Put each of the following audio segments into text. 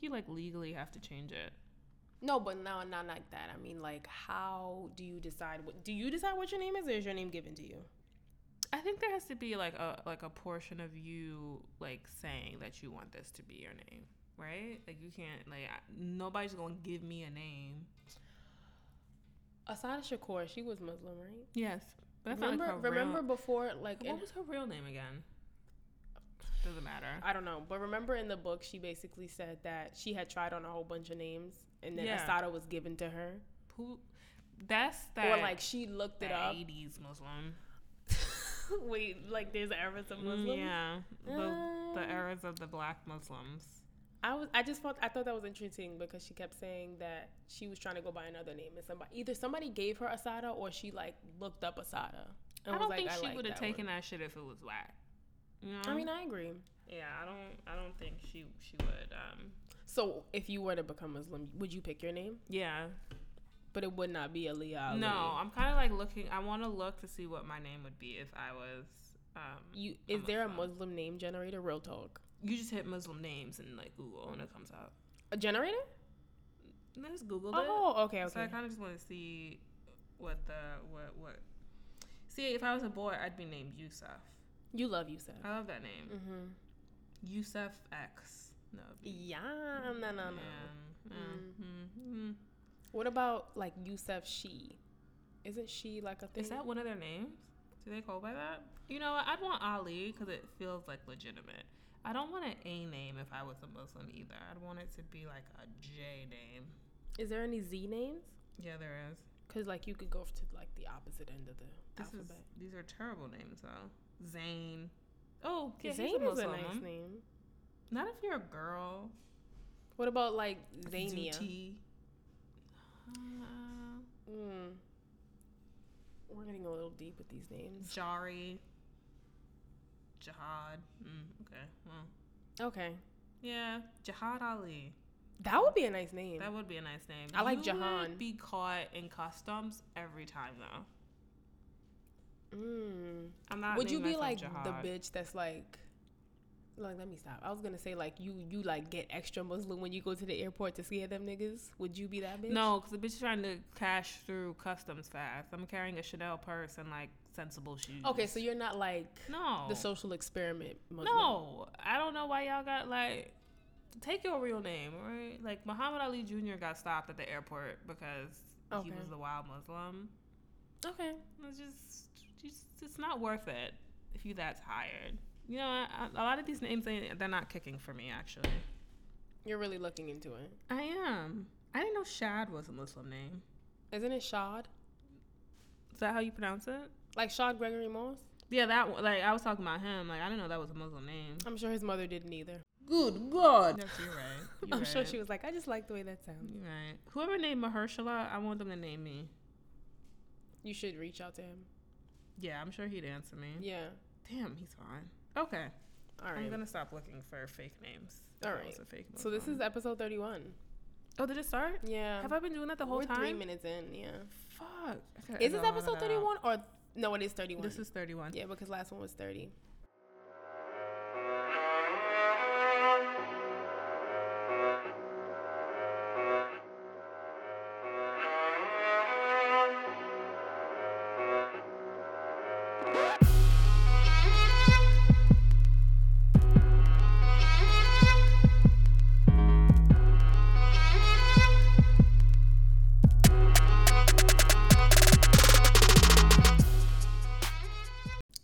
you like legally have to change it. No, but no, not like that. I mean, like, how do you decide? What do you decide what your name is, or is your name given to you? I think there has to be like a like a portion of you like saying that you want this to be your name, right? Like you can't like I- nobody's gonna give me a name. Asada Shakur, she was Muslim, right? Yes, but that's remember, not like her remember Real, before, like, in- what was her real name again? Doesn't matter. I don't know, but remember in the book, she basically said that she had tried on a whole bunch of names, and then Yeah. Asada was given to her, Who? That's that. or like she looked it that up. eighties Muslim. Wait, like there's an era to Muslim. Mm, Yeah, the the Um, eras of the black Muslims. I was I just felt I thought that was interesting because she kept saying that she was trying to go by another name and somebody either somebody gave her Asada or she like looked up Asada. And I was don't like, think she like would have that taken one." that shit if it was whack. You know? I mean, I agree. yeah, I don't. I don't think she she would. Um, So if you were to become Muslim, would you pick your name? yeah. But it would not be Aliyah. Ali. No, I'm kind of like looking. I want to look to see what my name would be if I was. Um, you, You is there a Muslim name generator? Real talk. you just hit Muslim names and like Google and it comes up. A generator? And I just Googled it. Oh, okay, So I okay. kind of just want to see what the what what. See, if I was a boy, I'd be named Yusuf. You love Yusuf. I love that name. Mm-hmm. Yusuf X. No. it'd be- Yeah, Mm, no, no, no. Um, mm, mm, mm. What about like Yusuf She? Isn't she like a thing? Is that one of their names? Do they go by that? You know, what? I'd want Ali because it feels like legitimate. I don't want an A name if I was a Muslim either. I'd want it to be like a J name. Is there any Z names? Yeah, there is. Because like you could go to like the opposite end of the This is alphabet. these are terrible names though. Zayn. Oh, yeah, Zayn Zayn is a nice name. name. Not if you're a girl. What about like Zania? Zuti. Uh, Mm. We're getting a little deep with these names. Jari. Jihad. Mm, okay. Well. Okay, Yeah, Jihad Ali. that would be a nice name. That would be a nice name. I like You Jahan. would Be caught in customs every time though. Mm. I'm not. Would you naming be like myself the Jihad. bitch that's like? Like, let me stop. I was gonna say like you you like get extra Muslim when you go to the airport to scare them niggas. Would you be that bitch? No, because the bitch is trying to cash through customs fast. I'm carrying a Chanel purse and like sensible shoes. Okay, so you're not like No. the social experiment. Muslim. no, I don't know why y'all got like. Take your real name, right? Like Muhammad Ali Jr. got stopped at the airport because Okay. he was a wild Muslim. Okay. It's just, just, it's not worth it if you that tired. You know, I, I, a lot of these names they, they're not kicking for me actually. You're really looking into it. I am. I didn't know Shad was a Muslim name. Isn't it Shad? Is that how you pronounce it? Like Shad Gregory Moss? Yeah, that one- like I was talking about him. Like I didn't know that was a Muslim name. I'm sure his mother didn't either. Good God. Yes, you're right. You're I'm sure right. she was like, I just like the way that sounds. You're right. Whoever named Mahershala, I want them to name me. You should reach out to him. Yeah, I'm sure he'd answer me. Yeah. Damn, he's fine. Okay, All Mm-hmm. I'm right. gonna stop looking for fake names. All That was right. a fake So this Muslim. is episode 31. oh, did it start? Yeah. Have I been doing that the whole We're time? three minutes in. Yeah. Fuck. Is this episode 31 or no? It is 31. This is 31. yeah, because last one was 30.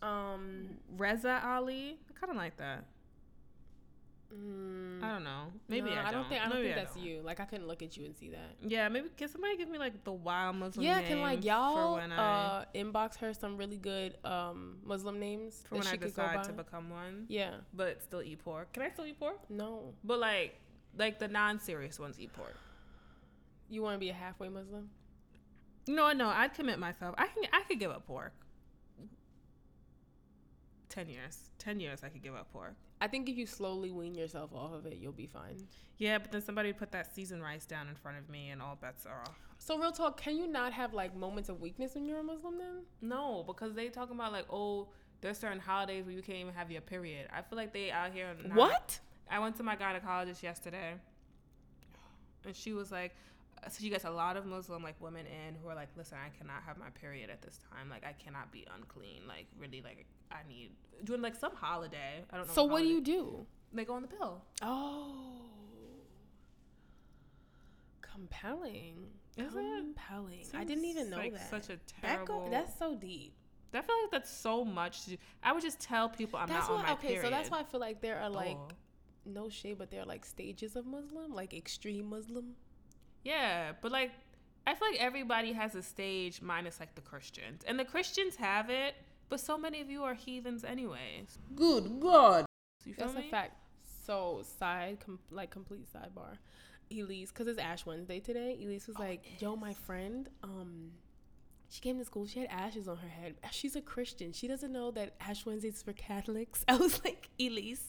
Um. Reza Ali. I kind of like that. mm, I don't know. Mm-hmm. Maybe no, I, don't. think I don't Maybe think that's you. Like I couldn't look at you and see that. Yeah, maybe can somebody give me like the wild Muslim? Yeah, can names like for y'all when I uh, inbox her some really good um, Muslim names for when I decide to become one, yeah. but still eat pork. Can I still eat pork? No. But like like the non-serious ones eat pork. You want to be a halfway Muslim? No, no, I'd commit myself. I can I could give up pork. Ten years, ten years, I could give up pork. I think if you slowly wean yourself off of it, you'll be fine. Yeah, but then somebody put that seasoned rice down in front of me, and all bets are off. So real talk, can you not have like moments of weakness when you're a Muslim then? No, because they talking about like, oh, there's certain holidays where you can't even have your period. I feel like they out here. Not, I went to my gynecologist yesterday, and she was like, so she gets a lot of Muslim like women in who are like, listen, I cannot have my period at this time. Like, I cannot be unclean. Like, really, like I need doing like some holiday. I don't know. So what do holiday- you do? They go on the pill. Oh, compelling. Is it? compelling. I didn't Seems even know like that. Such a that terrible. go, that's so deep. I feel like that's so much. To, I would just tell people I'm that's not why. on my okay, period. so that's why I feel like there are like Oh. no shade, but there are like stages of Muslim, like extreme Muslim. Yeah, but like I feel like everybody has a stage minus like the Christians. And the Christians have it, but so many of you are heathens anyways. Good God. You feel That's me? a fact. So side, com- like complete sidebar. Elise, because it's Ash Wednesday today. Elise Oh, was like, "Yo, my friend, um, she came to school. She had ashes on her head. She's a Christian. She doesn't know that Ash Wednesdays is for Catholics." I was like, "Elese,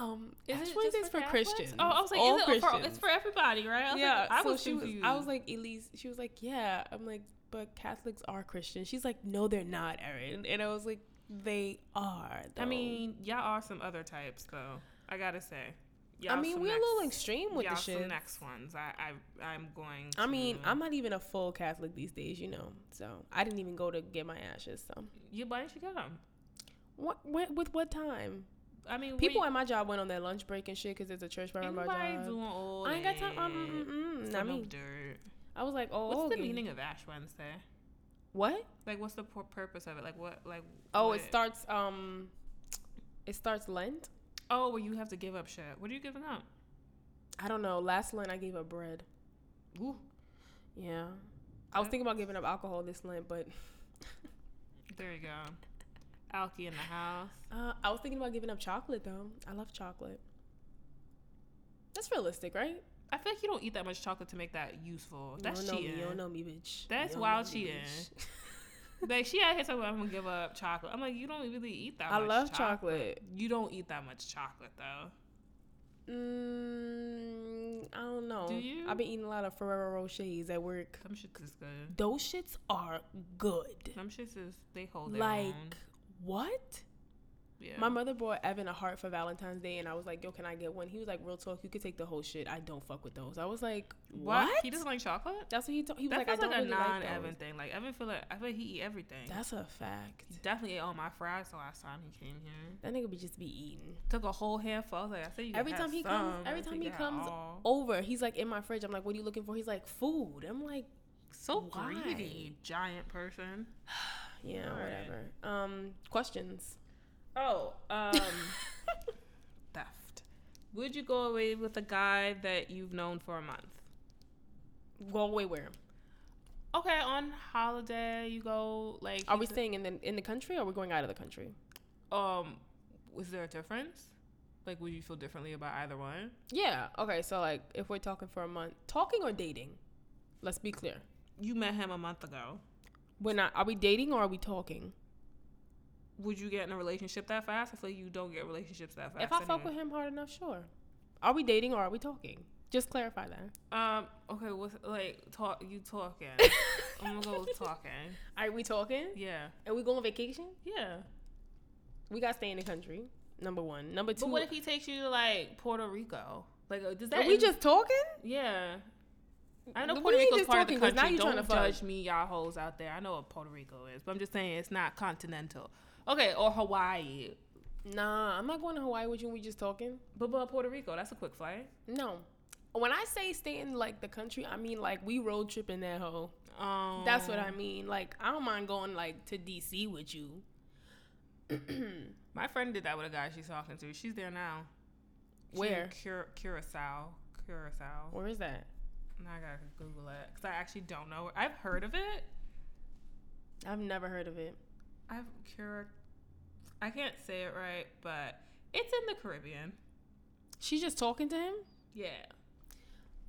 um, Is Ash it just Wednesdays for, Catholics? Christians? Oh, I was like, All is it for, Christians. it's for everybody, right? I was yeah, like, I so was she was. confused. I was like, Elise. She was like, yeah. I'm like, but Catholics are Christian. She's like, no, they're not, Erin. And I was like, they are. I though." mean, y'all are some other types though. I gotta say. Y'all I mean, some we're next, a little extreme with y'all the shit. some next Mm-hmm. ones. I, I I'm going. I mean, to- I'm not even a full Catholic these days, you know. So I didn't even go to get my ashes. So You why didn't you get them? what? When, with what time? I mean, People we, at my job went on their lunch break and shit because there's a church right ain't around my nobody job. doing all I ain't got time. that Um, mm, mm, for not no me. dirt. I was like, oh, What's the okay. meaning of Ash Wednesday? What? Like, what's the pur- purpose of it? Like, what? Like, Oh, what? it starts. Um, it starts Lent. Oh, well, you have to give up shit. What are you giving up? I don't know. Last Lent, I gave up bread. Ooh, Yeah, I was Yeah. thinking about giving up alcohol this Lent, but there you go. Alki in the house. uh, I was thinking about giving up chocolate though. I love chocolate. That's realistic, right? I feel like you don't eat that much chocolate to make that useful. That's you don't know cheating. Me, you don't know me, bitch. You That's don't wild know me, cheating. bitch. Like she out here talking about I'm gonna give up chocolate. I'm like, you don't really eat that. I much love chocolate. You don't eat that much chocolate though. Mm, I don't know. Do you? I've been eating a lot of Ferrero Rochers at work. Some shits is good. Those shits are good. Some shits is they hold their Like own. what? Yeah. My mother bought Evan a heart for Valentine's Day, and I was like, "Yo, can I get one?" He was like, "Real talk, you could take the whole shit. I don't fuck with those." I was like, "What?" He doesn't like chocolate. That's what he told. He was That like, "I feels don't like a really like those." non-Evan thing. Like Evan feel like I feel like he eat everything. That's a fact. He definitely ate all my fries the last time he came here. That nigga be just be eating. Took a whole handful. I was like, I said you. Every can have time he some. comes- every I time said, he "You can comes have all." Over, he's like in my fridge. I'm like, "What are you looking for?" He's like, "Food." I'm like, so why? greedy, giant person. "Yeah, All right. whatever." Um, questions. Oh, um, theft. Would you go away with a guy that you've known for a month? Go away where? Okay, on holiday you go like. Are we he's- staying in the in the country or we are going out of the country? um, was there a difference? Like, would you feel differently about either one? Yeah. Okay. So like, if we're talking for a month, talking or dating? Let's be clear. You met him a month ago. We're not. Are we dating or are we talking? would you get in a relationship that fast? I feel like you don't get relationships that fast. if I fuck with him hard enough, sure. Are we dating or are we talking? Just clarify that. um, okay, what's like talk? You talking? I'm gonna go with talking. Are we talking? Yeah, And we go on vacation? yeah. We got to stay in the country. Number one. Number two. But what if he takes you to like Puerto Rico? Like, uh, does are that? we just talking? yeah. I know What Puerto do you Rico's mean just part of the talking? 'Cause country. now you don't tryna fuck. judge me, y'all hoes out there. I know what Puerto Rico is, but I'm just saying it's not continental. Okay, or Hawaii, Nah, I'm not going to Hawaii with you. and We just talking. but but Puerto Rico. That's a quick flight. No. When I say stay in like the country, I mean like we road tripping that hoe. Um, That's what I mean. Like I don't mind going like to DC with you. My friend did that with a guy she's talking to. She's there now. She's in Where? Cura- Curacao. Curacao. Where is that? Now I gotta Google it because I actually don't know. I've heard of it. I've never heard of it. I've Cura. I can't say it right, but it's in the Caribbean. She's just talking to him. Yeah.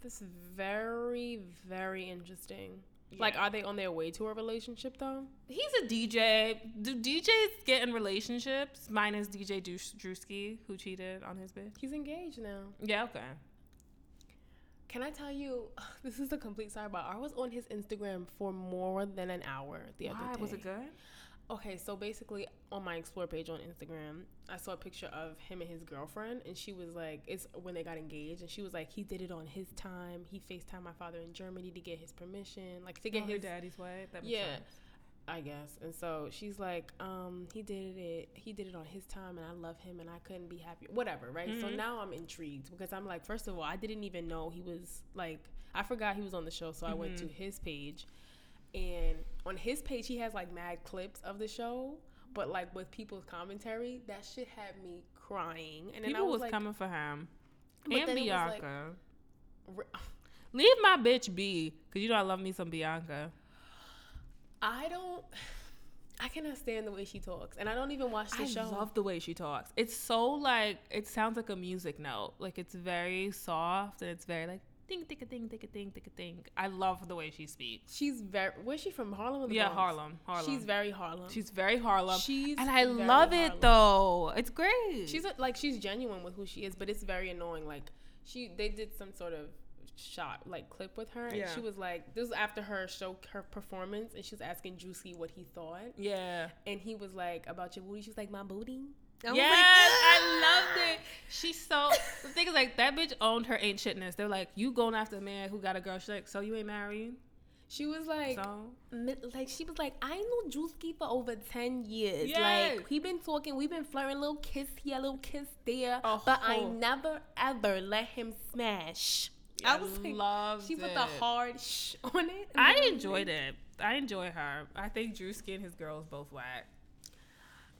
This is very very interesting. Like, Yeah. are they on their way to a relationship though? He's a DJ. Do DJs get in relationships? Minus DJ Drew- Drewski, who cheated on his bitch. He's engaged now. Yeah. Okay. Can I tell you? This is a complete sidebar. I was on his Instagram for more than an hour the other Why day. was it good? Okay, so basically, on my explore page on Instagram, I saw a picture of him and his girlfriend, and she was like, "It's when they got engaged," and she was like, "He did it on his time. He Facetime my father in Germany to get his permission, like to get Oh, her his daddy's way. That makes Yeah. sense. I guess. And so she's like, um, he did it he did it on his time and I love him and I couldn't be happy. Whatever, right? So Mhm. now I'm intrigued because I'm like, first of all, I didn't even know he was like I forgot he was on the show, so I went to Mhm. his page. And on his page he has like mad clips of the show, but like with people's commentary, that shit had me crying. And then I People was, was like, coming for him but and then it was, like, Bianca. re- Leave my bitch be, cause you know I love me some Bianca. I don't I cannot stand the way she talks. And I don't even watch the I show. love the way she talks. It's so like it sounds like a music note. Like it's very soft and it's very like ding ding a ding ding a ding ding a ding. I love the way she spees. She's very. Where's she from? Harlem or the Yeah, Bronx? Harlem. Harlem. She's very Harlem. She's very Harlem. She's and I very love Harlem. it though. It's great. She's a, like she's genuine with who she is, but it's very annoying. Like she, they did some sort of shot like clip with her, and Yeah. she was like, this was after her show, her performance, and she was asking Juicy what he thought, yeah. and he was like, about your booty. She was like, my booty. Yes, was I loved it. She's so the thing is like that bitch owned her ain't shitness. They're like, you going after a man who got a girl. She's like, so you ain't married. She was like, So mi- like she was like, I know Juicy for over ten years. Yes. Like we've been talking, we've been flirting, little kiss here, little kiss there, Oh. but I never ever let him smash. I was like, loved she put it. the hard sh on it. I enjoyed it. I enjoy her. I think Drewski and his girls both whack.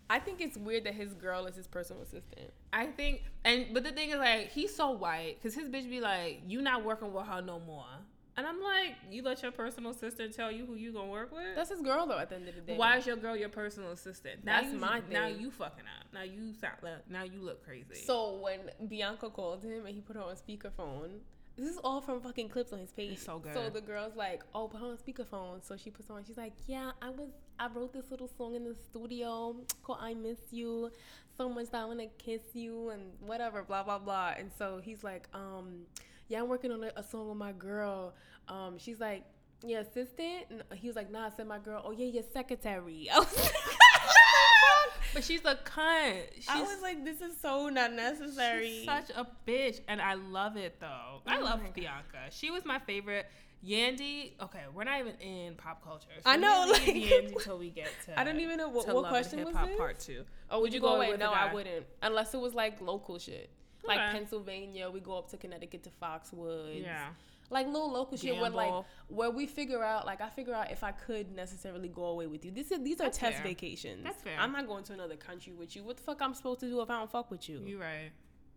I think it's weird that his girl is his personal assistant. I think, and but the thing is, like, he's so white because his bitch be like, "You not working with her no more," and I'm like, "You let your personal assistant tell you who you gonna work with? That's his girl though. At the end of the day, Why is your girl your personal assistant? Now That's you, my Now thing. you fucking up. Now you sound. like- Now you look crazy. So when Bianca called him and he put her on speakerphone. This is all from fucking clips on his page. It's so good. So the girl's like, "Oh, put her on speakerphone." So she puts her on. She's like, "Yeah, I was. I wrote this little song in the studio called "I Miss You," so much that I want to kiss you and whatever, blah blah blah. And so he's like, um, "Yeah, I'm working on a, a song with my girl." Um, she's like, "Yeah, assistant." And he was like, "Nah, I said my girl." Oh yeah, your secretary. I was like, but she's a cunt. She's, I was like, "This is so not necessary." she's such a bitch, and I love it though. I Oh love my God. Bianca. She was my favorite. Yandy, okay, we're not even in pop culture. So I know, we leave like- Yandy till we get to. I don't even know what, to what Love and question was Hip Hop this. Part Two. Oh, would, you go, away? with a No, I guy? wouldn't. Unless it was like local shit, like Okay. Pennsylvania. We go up to Connecticut to Foxwoods. Yeah, like little local shit where like Gamble. where we figure out. Like I figure out if I could necessarily go away with you. This is these are That's test fair. vacations. That's fair. I'm not going to another country with you. What the fuck I'm supposed to do if I don't fuck with you? you right.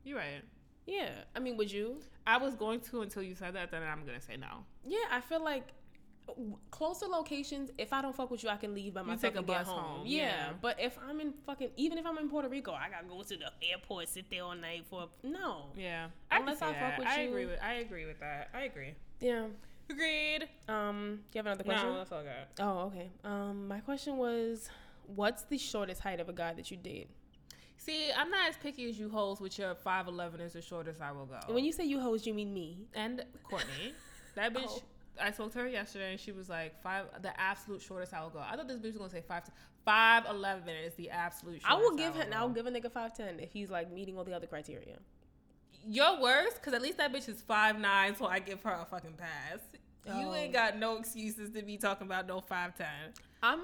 You right. yeah, I mean, would you? I was going to until you said that. Then I'm gonna say no. Yeah, I feel like w- closer locations. If I don't fuck with you, I can leave by myself take a and get bus home. home, Yeah. yeah. but if I'm in fucking, even if I'm in Puerto Rico, I gotta go to the airport, sit there all night for no. Yeah, Unless can I see fuck that. with I you. agree with. I agree with that. I agree. Yeah. Agreed. Um, do you have another question? No, that's all good. Oh, okay. Um, my question was, what's the shortest height of a guy that you date? See, I'm not as picky as you hoes with your 5'11 is the shortest I will go. And when you say you hoes, you mean me. and Courtney, that bitch, Oh. I spoke to her yesterday and she was like, five, the absolute shortest I will go. I thought this bitch was gonna say five, 5'11 is the absolute shortest. I will give him. go. I'll give a nigga five ten if he's like meeting all the other criteria. You're worse because at least that bitch is five nine, so I give her a fucking pass. You Oh. ain't got no excuses to be talking about no 5'10. I'm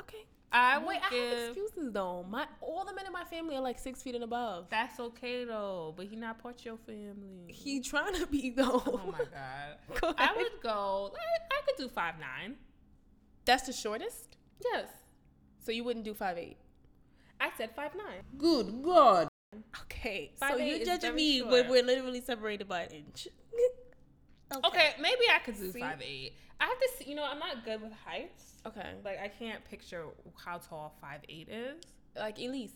okay. I would Wait, I have give. excuses though. My all the men in my family are like six feet and above. That's okay though, but he not part your family. He trying to be though. Oh my god. I would go. I, I could do five nine. That's the shortest. Yes, So you wouldn't do five eight. I said five nine. Good God. Okay, so 5'8" you're is judging very me short. when we're literally separated by an inch. Okay, maybe I could do See? five eight. I have to see. You know, I'm not good with heights. Okay. Like I can't picture how tall five eight is. Like Elise.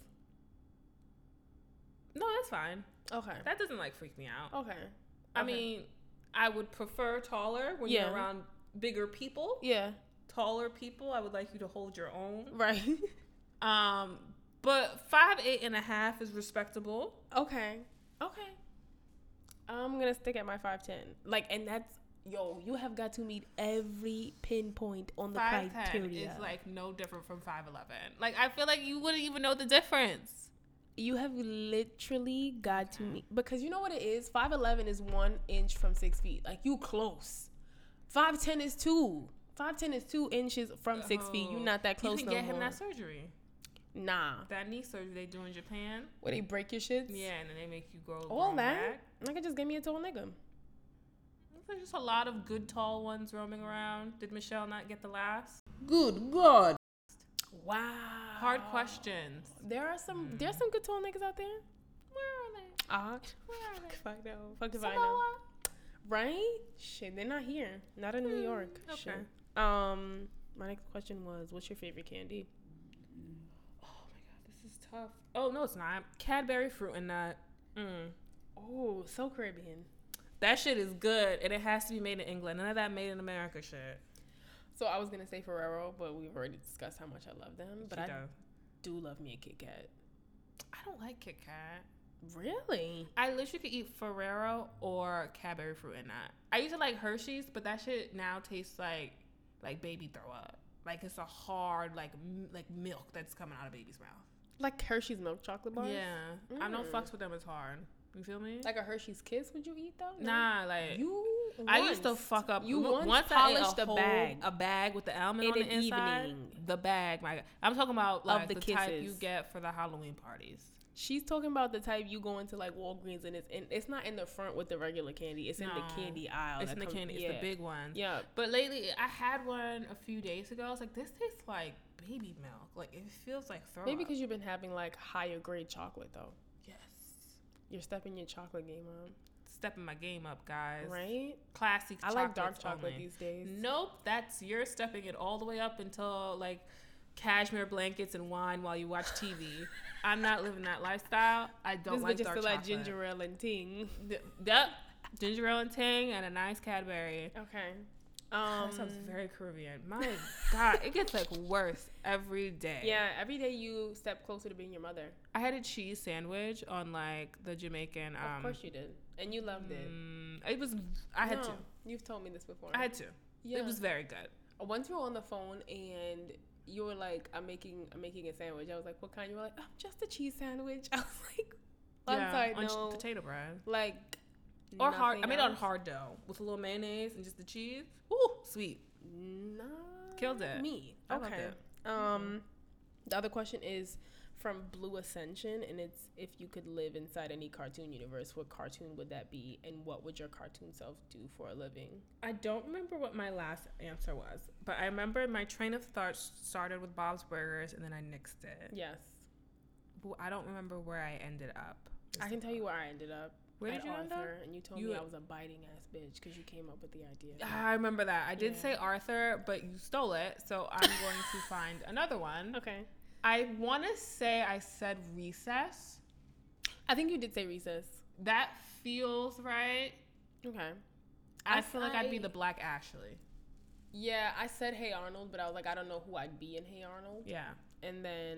No, that's fine. Okay. That doesn't like freak me out. Okay. I Oh, okay. mean, I would prefer taller when Yeah. you're around bigger people. yeah, Taller people, I would like you to hold your own. right. Um, but five eight and a half is respectable. okay. Okay. I'm gonna stick at my 5'10. Like, and that's yo, you have got to meet every pinpoint on the Five ten criteria. is like no different from five eleven. Like I feel like you wouldn't even know the difference. you have literally got to meet because you know what it is. Five eleven is one inch from six feet. Like you close. Five ten is two. Five ten is two inches from six feet. You're Oh. not that close You can no get more. him that surgery, nah. that knee surgery they do in Japan. Where they break your shits? Yeah, and then they make you grow All grow that. back. I could just give me a tall nigga. There's just a lot of good tall ones roaming around. Did Michelle not get the last? Good God. Wow. Hard Mm. questions. There are some. There's some good tall niggas out there. Where are they? Ah. Where are they? Fuck no. Fuck if I know. Samoa? Right? Shit, they're not here. Not in New Hmm, York. okay. Shit. Um, my next question was, what's your favorite candy? Oh my god, this is tough. Oh no, it's not. Cadbury fruit and nut. Mm. Oh, so Caribbean. That shit is good, and it has to be made in England. None of that made in America shit. So I was gonna say Ferrero, but we've already discussed how much I love them. But She I does. do love me a Kit Kat. I don't like Kit Kat. Really? I literally could eat Ferrero or Cadbury fruit and nut. I used to like Hershey's, but that shit now tastes like like baby throw up. Like it's a hard like m- like milk that's coming out of baby's mouth. Like Hershey's milk chocolate bars? Yeah, I don't Mm. fucks with them as hard. You feel me? Like a Hershey's Kiss? Would you eat though? nah, like You. I used to once- fuck up. You w- once, I ate polished a, whole- bag. a bag with the almond In on the an inside. evening. The bag, my God. I'm talking about like the the, type you kisses. get for the Halloween parties. She's talking about the type you go into like Walgreens and it's in, it's not in the front with the regular candy. It's in No. the candy aisle. it's Oh, in that the comes- candy. yeah. It's the big ones. Yeah, But lately, I had one a few days ago. I was like, this tastes like baby milk. Like it feels like throw Maybe up. because you've been having like higher grade chocolate though. yes, You're stepping your chocolate game up, stepping my game up, guys. right? Classic. I like dark chocolates chocolate only. these days. Nope, that's you're stepping it all the way up until like cashmere blankets and wine while you watch TV. I'm not living that lifestyle. I don't this like bitch is dark still chocolate. at ginger ale and ting. Th- Yep, ginger ale and tang and a nice Cadbury. Okay. Um, Um, that sounds very Caribbean. My God, it gets like worse every day. yeah. Every day you step closer to being your mother. I had a cheese sandwich on like the Jamaican. Um, Of course you did, and you loved it. mm, it was. I had No, two. You've told me this before. I had two. yeah. It was very good. Once you were on the phone and you were like, "I'm making, I'm making a sandwich." I was like, "What kind?" You were like, oh, "Just a cheese sandwich." I was like, "I'm Yeah, sorry, on ch- no." potato bread. like, Or hard. I nothing made it on else? hard dough with a little mayonnaise and just the cheese. Ooh, sweet. Nah. Killed it. Me. I loved okay. Um, the other question is from Blue Ascension, and it's if you could live inside any cartoon universe, what cartoon would that be, and what would your cartoon self do for a living? I don't remember what my last answer was, but I remember my train of thought started with Bob's Burgers and then I nixed it. Yes. Well, I don't remember where I ended up. I can tell you where I ended up. Where did at you end up? Arthur, And you told You- Ah, me I was a biting ass bitch because you came up with the idea. I remember that. I did Yeah. say Arthur, but you stole it, so I'm going to find another one. Okay. I want to say I said recess. I think you did say recess. That feels right. Okay. I, I- feel like I'd be I- the Black Ashley. Yeah, I said Hey Arnold, but I was like, I don't know who I'd be in Hey Arnold. Yeah. And then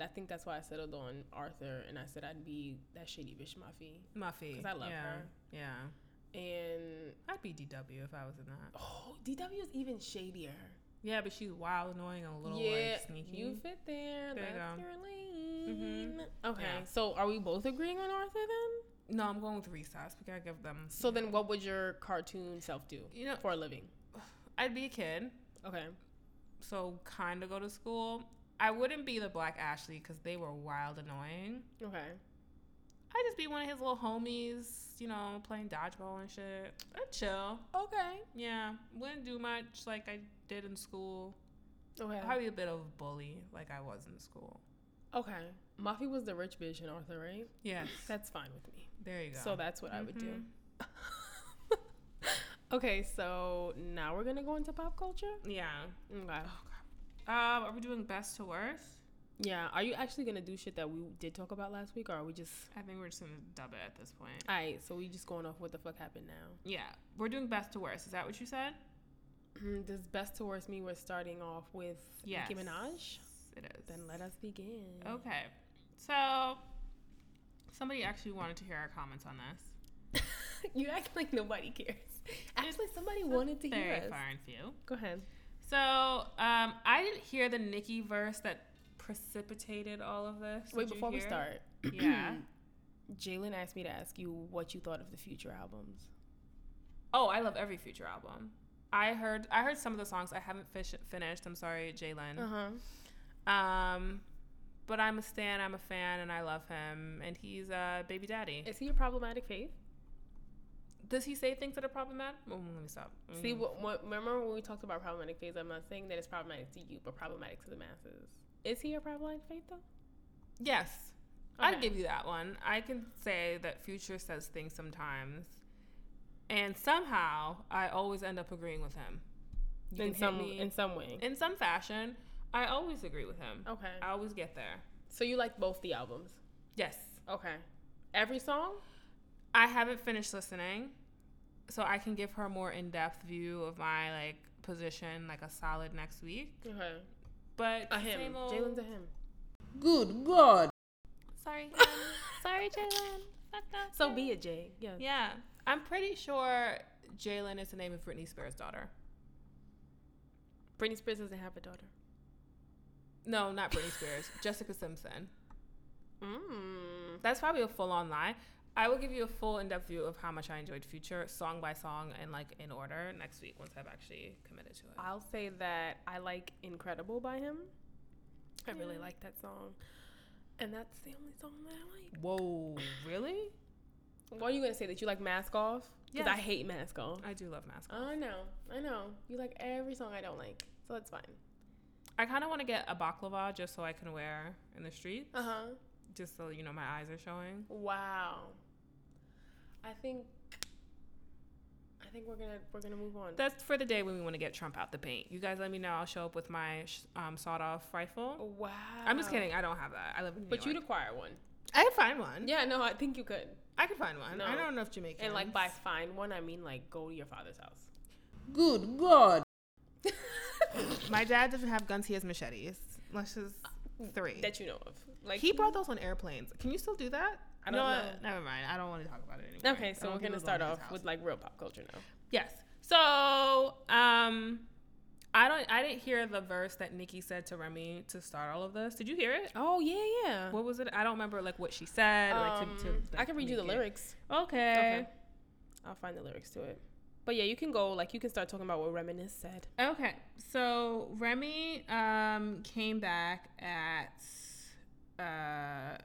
I think that's why I settled on Arthur, and I said I'd be that shady bitch Muffy. Muffy. 'Cause I love yeah. her. Yeah. And I'd be DW if I was in that. oh, DW is even shadier. Yeah, but she's wild, annoying, and a little like sneaky. you fit there. There you That's go. Mm-hmm. your lane. Okay, Yeah. so are we both agreeing on Arthur then? No, I'm going with recess. We gotta give them. So then, what would your cartoon self do You know, for a living? I'd be a kid, Okay, so kind of go to school. I wouldn't be the Black Ashley because they were wild, annoying. okay. I'd just be one of his little homies, you know, playing dodgeball and shit. I'd chill. Okay. Yeah, wouldn't do much like I did in school. Okay. Probably a bit of a bully like I was in school. okay. Muffy was the rich bitch in Arthur, right? Yes, That's fine with me. there you go. So that's what I would do. Mhm. Okay, so now we're gonna go into pop culture. Yeah. Okay. Oh god. Um, are we doing best to worst? Yeah. Are you actually gonna do shit that we did talk about last week, or are we just? I think we're just gonna dub it at this point. All right. So we just going off what the fuck happened now. Yeah, we're doing best to worst. Is that what you said? Does Mm, best to worst mean we're starting off with Yes. Nicki Minaj? It is. Then let us begin. Okay, so somebody actually wanted to hear our comments on this. you act like nobody cares. Act like somebody wanted to hear Very us. far and few. Go ahead. So um, I didn't hear the Nicki verse that precipitated all of this. Did Wait, you before we hear it? start, Yeah. Jalen asked me to ask you what you thought of the future albums. Oh, I love every Future album. I heard I heard some of the songs. I haven't fish, finished. I'm sorry, Jalen. huh. Uh-huh. Um, but I'm a stan. I'm a fan, and I love him. And he's a baby daddy. Is he a problematic faith? Does he say things that are problematic? Oh, let me stop. See, Mm. what, what, remember when we talked about problematic faith? I'm not saying that it's problematic to you, but problematic to the masses. Is he a problematic faith though? Yes, I'd Okay. give you that one. I can say that Future says things sometimes, and somehow I always end up agreeing with him. You can in hit some me- in some way. in some fashion. I always agree with him. Okay. I always get there. So you like both the albums? Yes, Okay. Every song? I haven't finished listening, so I can give her a more in depth view of my like position, like a solid next week. Okay. But A him. same old- Jalen's a him. Good God. Sorry, him. sorry, Jalen. Fuck up, So Jalen. be it, Jay. Yeah. Yeah, I'm pretty sure Jalen is the name of Britney Spears' daughter. Britney Spears doesn't have a daughter. No, not Britney Spears. Jessica Simpson. Mm. That's probably a full-on lie. I will give you a full in-depth view of how much I enjoyed Future song by song and like in order next week once I've actually committed to it. I'll say that I like Incredible by him. I really Yeah. like that song. And that's the only song that I like. Whoa, really? Why are you going to say that you like Mask Off? Because I Yes. hate Mask Off. I do love Mask. Off. I know. I know. You like every song I don't like. So that's fine. I kind of want to get a baklava just so I can wear in the street, Uh huh. just so you know my eyes are showing. Wow. I think. I think we're gonna we're gonna move on. That's for the day when we want to get Trump out the paint. You guys let me know. I'll show up with my sh- um, sawed-off rifle. Oh, wow. I'm just kidding. I don't have that. I live in New But you'd York. acquire one. I could find one. Yeah, no, I think you could. I could find one. I No. don't know if Jamaican. And like by find one, I mean like go to your father's house. Good God. my dad doesn't have guns. He has machetes. Let's just three. that you know of. Uh, Like he brought those on airplanes. Can you still do that? I You don't what? know. Never mind. I don't want to talk about it anymore. Okay, I so don't we're think going gonna start to his off house. with like real pop culture now. Yes. So, um, I don't. I didn't hear the verse that Nikki said to Remy to start all of this. Did you hear it? Oh yeah, yeah. Um, What was it? I don't remember like what she said. like, to, to, I can read you the make it- lyrics. Okay. Okay. I'll find the lyrics to it. But yeah, you can go like you can start talking about what Reminisce said. Okay, so Remy um, came back at uh,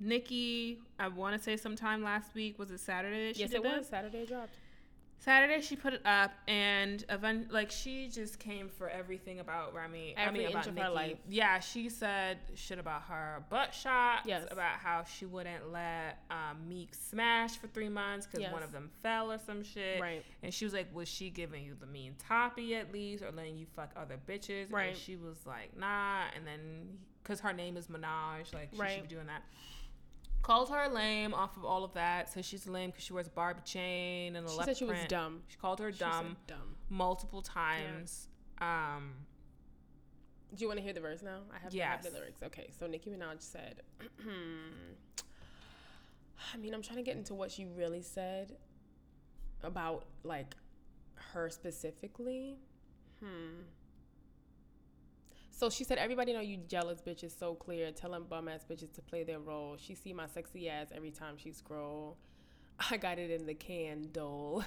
Nikki. I want to say sometime last week. Was it Saturday? That she yes, did it this? was Saturday dropped. Saturday. She put it up, and event like she just came for everything about Remy. Every I mean, about inch of her Nikki. life. Yeah, she said shit about her butt shots. Yes. about how she wouldn't let um, Meek smash for three months because Yes. one of them fell or some shit. Right. And she was like, Was she giving you the mean toppy at least or letting you fuck other bitches? Right. And she was like, Nah. And then, because her name is Minaj, like, she Right. should be doing that. Called her lame off of all of that. So she's lame because she wears Barbie chain and a She left said she was print. dumb. She called her She said dumb dumb. multiple times. Um, Do you want to hear the verse now? I have, I have Yes. the lyrics. Okay, so Nicki Minaj said, I mean, I'm trying to get into what she really said about like her specifically. Hmm. So she said, everybody know you jealous bitches so clear. Tell them bum ass bitches to play their role. She see my sexy ass every time she scroll. I got it in the can, dole.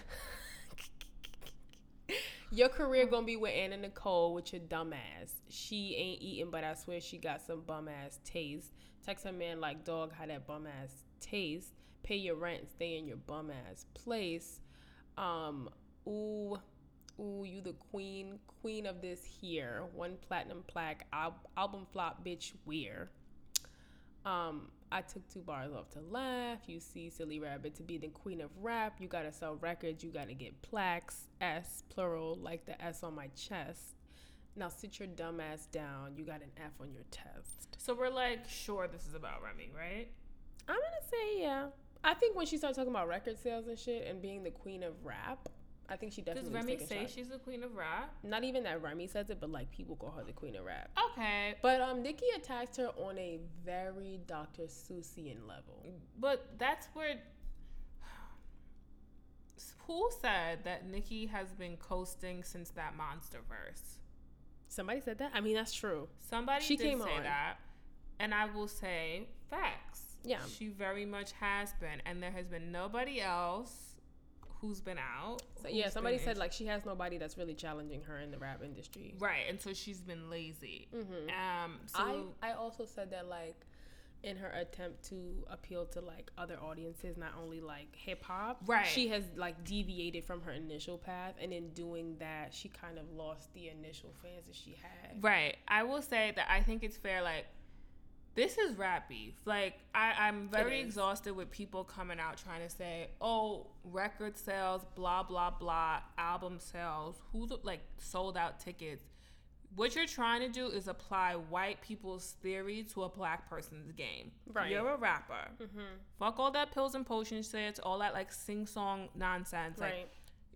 Your career gonna be with Anna Nicole with your dumb ass. She ain't eating, but I swear she got some bum ass taste. Text her man like dog how that bum ass taste. Pay your rent, stay in your bum ass place. Um, ooh, ooh, you the queen, queen of this here. One platinum plaque, al- album flop, bitch. Weird. Um, I took two bars off to laugh. You see, Silly Rabbit to be the queen of rap. You gotta sell records. You gotta get plaques. S plural, like the S on my chest. Now sit your dumb ass down. You got an F on your test. so we're like, Sure, this is about Remy, right? I'm gonna say yeah. I think when she started talking about record sales and shit and being the queen of rap, I think she Does definitely was Remy taking say shots. she's the queen of rap? Not even that Remy says it, but like people call her the queen of rap. Okay, But um, Nicki attacked her on a very Mm. Dr. Seussian level. But that's where Who said that Nikki has been coasting since that monster verse? Somebody said that. I mean, that's true. Somebody She did came say on. that, and I will say facts. Yeah. she very much has been, and there has been nobody else who's been out. So, yeah, who's somebody been said in- like she has nobody that's really challenging her in the rap industry. right, and so she's been lazy. Um, so Mm-hmm. I I also said that like in her attempt to appeal to like other audiences, not only like hip hop, Right. She has like deviated from her initial path, and in doing that, she kind of lost the initial fans that she had. Right. I will say that I think it's fair. Like, this is rap beef. Like, I, I'm very is. exhausted with people coming out trying to say, oh, record sales, blah, blah, blah, album sales, who's like sold out tickets. What you're trying to do is apply white people's theory to a black person's game. Right. Mm-hmm. You're a rapper. Fuck all that pills and potions shit, all that like sing song nonsense. Like, Right.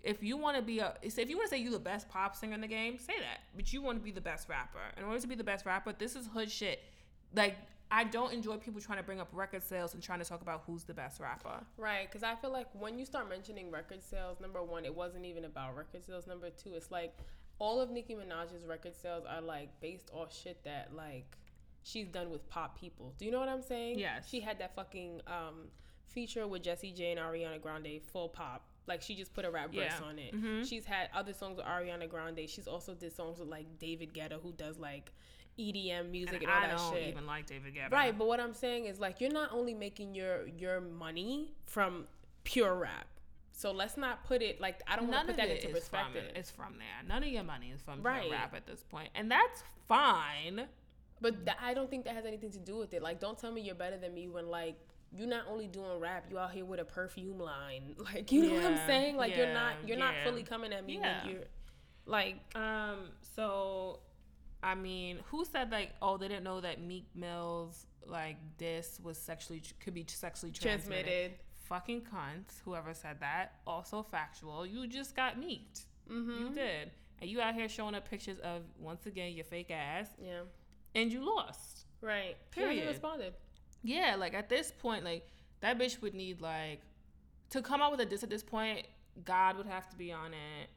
if you want to be a if you want to say you the best pop singer in the game say that but you want to be the best rapper in order to be the best rapper this is hood shit like i don't enjoy people trying to bring up record sales and trying to talk about who's the best rapper Right, because I feel like when you start mentioning record sales, number one, it wasn't even about record sales. Number two, it's like all of Nicki Minaj's record sales are like based off shit that like she's done with pop people. Do you know what I'm saying? Yes. She had that fucking um, feature with Jesse J and Ariana Grande, full pop. Like she just put a rap verse Yeah. Mm-hmm. on it. She's had other songs with Ariana Grande. She's also did songs with like David Guetta, who does like EDM music and, all i that don't shit. even like david guetta Right, but what I'm saying is like you're not only making your your money from pure rap. So let's not put it like I don't want none to of put that it into is from perspective. it's from there none of your money is from Right. right. rap at this point and that's fine but th- I don't think that has anything to do with it. Like don't tell me you're better than me when like you not only doing rap, you out here with a perfume line. Like you know what I'm Yeah, saying? Like you're yeah, not you're not yeah. fully coming at me Yeah. when you're like Um, so I mean, who said like, oh, they didn't know that Meek Mill's like this was sexually could be sexually transmitted? Transmitted. Fucking cunts. Whoever said that also factual. You just got meeked. Mm-hmm. You did, and you out here showing up pictures of once again your fake ass, yeah. and you lost. Right. Period. Period. responded. Yeah, like at this point, like that bitch would need like to come out with a diss at this point. God would have to be on it.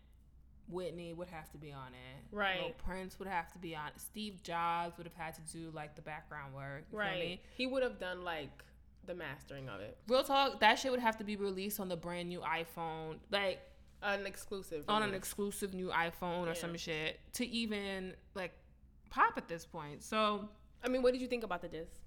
Whitney would have to be on it. Right. Lil Prince would have to be on it. Steve Jobs would have had to do like the background work. you feel Right. me? He would have done like the mastering of it. Real talk, that shit would have to be released on the brand new iPhone. Like An exclusive. on an release. exclusive new iPhone or Yeah. some shit to even like pop at this point. So I mean, what did you think about the disc?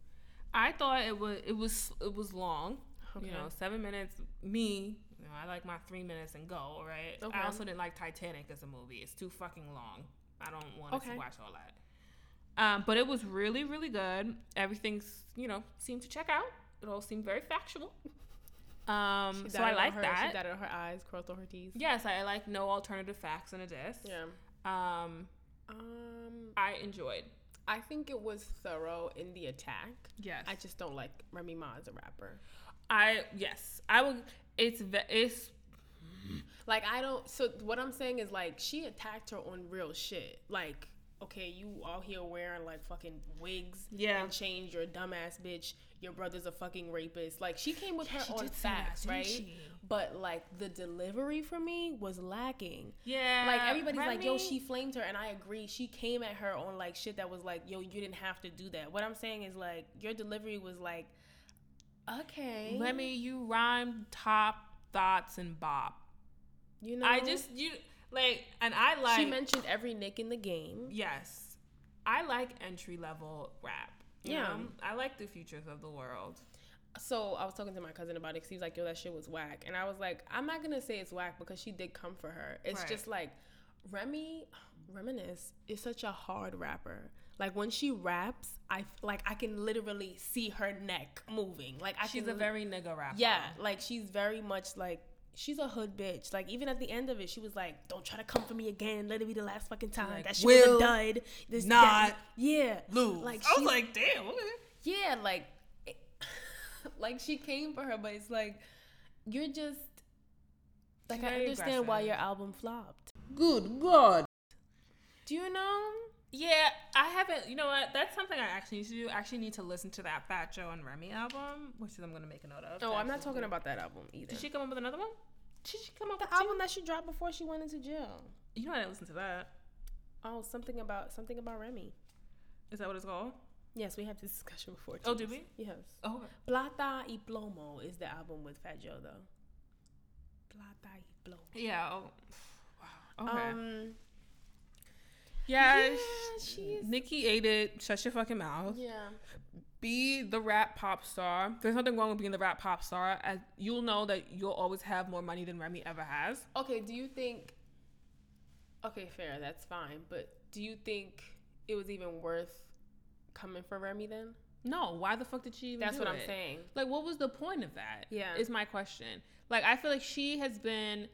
I thought it was it was it was long. Okay. You know, seven minutes. Me, you know, I like my three minutes and go. Right. Okay. I also didn't like Titanic as a movie. It's too fucking long. I don't want Okay. to watch all that. Um, but it was really really good. Everything's you know seemed to check out. It all seemed very factual. Um, She so I dotted on like her, that. She dotted on her eyes, crossed on her T's. yes, I like no alternative facts in a disc. Yeah. Um, Um, I enjoyed. I think it was thorough in the attack. Yes. I just don't like Remy Ma as a rapper. I yes. I will. It's ve- it's Like I don't. So what I'm saying is like she attacked her on real shit. Like okay, you all here wearing like fucking wigs. Yeah. And change your dumbass bitch. Your brother's a fucking rapist. Like she came with she her on did say that, facts, didn't right? she? But like the delivery for me was lacking. yeah. like everybody's like yo Remy. she flamed her and i agree she came at her on like shit that was like yo you didn't have to do that what i'm saying is like your delivery was like okay Remy, you rhymed top thoughts and bop. you know I just you like, and I like. she mentioned every nick in the game yes, I like entry level rap. you Yeah. know? I like the futures of the world. so i was talking to my cousin about it because he was like yo that shit was whack and i was like i'm not gonna say it's whack because she did come for her it's Right. just like remy reminisce is such a hard rapper like when she raps i f- like i can literally see her neck moving like i She's can a very nigga rapper. Yeah, like she's very much like she's a hood bitch. Like even at the end of it, she was like, "Don't try to come for me again. Let it be the last fucking time. Like, that shit was a will dud. This not that." yeah, lose. Like I she's, was like, damn. Okay. yeah, like it, like she came for her, but it's like you're just like I very understand why aggressive. your album flopped. Good God. Do you know? Yeah, I haven't. You know what? That's something I actually need to do. I actually need to listen to that Fat Joe and Remy album, which is I'm gonna make a note of. Oh, I'm That's not talking something- about that album either. Did she come up with another one? Did she come up The with album that she dropped before she went into jail. two? You know I didn't listen to that. Oh, something about something about Remy. Is that what it's called? Yes, we had this discussion before. Oh, too. did we? Yes. Oh, Plata y Plomo is the album with Fat Joe though. Plata y Plomo. yeah. Oh. Wow. Okay. Um yeah. yeah, sh- she's- Nikki ate it. Shut your fucking mouth. Yeah. Be the rap pop star. There's nothing wrong with being the rap pop star. As you'll know that you'll always have more money than Remy ever has. Okay, do you think Okay, fair, that's fine, but do you think it was even worth coming for Remy then? No, why the fuck did she even That's do what I'm it? saying. Like, what was the point of that? Yeah. Is my question. Like, I feel like she has been.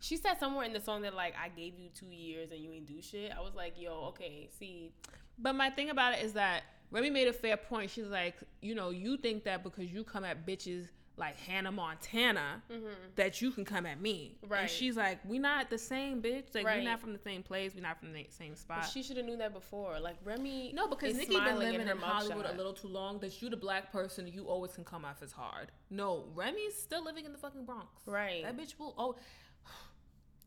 She said somewhere in the song that like I gave you two years and you ain't do shit. I was like, yo, okay, see, But my thing about it is that Remy made a fair point. She's like, you know, you think that because you come at bitches like Hannah Montana, that you can come at me. Right. And she's like, we not the same, bitch. Like, Right. we not from the same place. We not from the same spot. she should have knew that before. Like Remy, no, because is Nikki been smiling living in, her Hollywood mugshot. a little too long. That you the black person, you always can come off as hard. No, Remy's still living in the fucking Bronx. Right. That bitch will. Oh,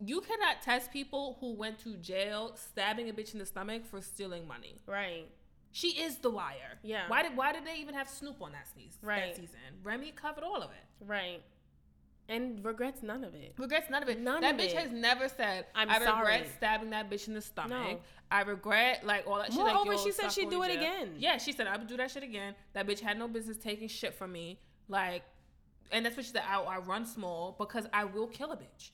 you cannot test people who went to jail stabbing a bitch in the stomach for stealing money. right. She is the wire. Yeah. Why did Why did they even have Snoop on that sneeze? Right. That season, Remy covered all of it. Right. And regrets none of it. Regrets none of it. None that of bitch it. has never said. I'm I sorry." regret stabbing that bitch in the stomach. No. I regret like all that. shit. like, Moreover, yo, she stop said she'd going do to it jail. again. Yeah, she said I would do that shit again. That bitch had no business taking shit from me. Like, and that's what she said. I, I run small because I will kill a bitch.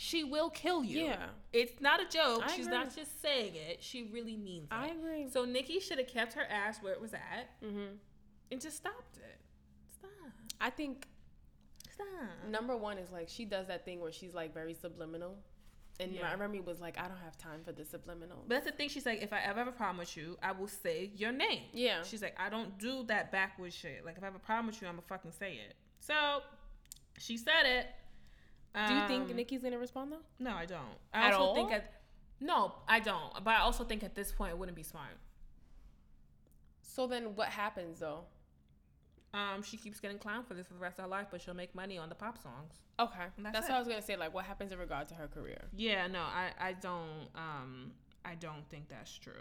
She will kill you. Yeah. It's not a joke. I She's agree. not just saying it. She really means it. I agree. So Nikki should have kept her ass where it was at Mhm. and just stopped it. Stop. I think Stop. number one is like she does that thing where she's like very subliminal. And Yeah. my Remy was like, I don't have time for the subliminal. But that's the thing. She's like, if I ever have a problem with you, I will say your name. Yeah. She's like, I don't do that backwards shit. Like, if I have a problem with you, I'm gonna fucking say it. So she said it. do you think Um, Nikki's gonna respond though? No, I don't. I At also all? think at no, I don't. But I also think at this point it wouldn't be smart. So then what happens though? Um, she keeps getting clowned for this for the rest of her life, but she'll make money on the pop songs. Okay. That's, That's what I it. was gonna say, like what happens in regard to her career? Yeah, no, I, I don't um I don't think that's true.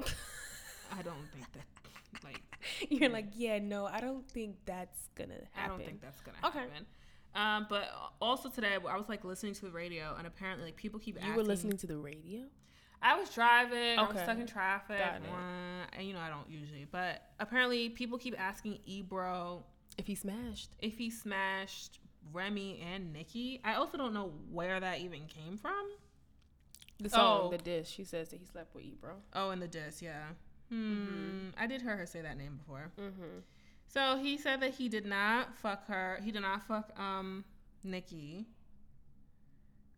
I don't think that like You're like, yeah, no, I don't think that's gonna I happen. don't think that's gonna Okay. happen. Um, but also today I was like listening to the radio and apparently like people keep you asking were listening to the radio? I was driving, I was Okay. stuck in traffic, Got it. uh, and you know I don't usually, but apparently people keep asking Ebro If he smashed. if he smashed Remy and Nikki. I also don't know where that even came from. The song Oh. The Dish, she says that he slept with Ebro. Oh, and the disc, yeah. Hmm. I did hear her say that name before. Mm-hmm. So he said that he did not fuck her. He did not fuck um Nikki.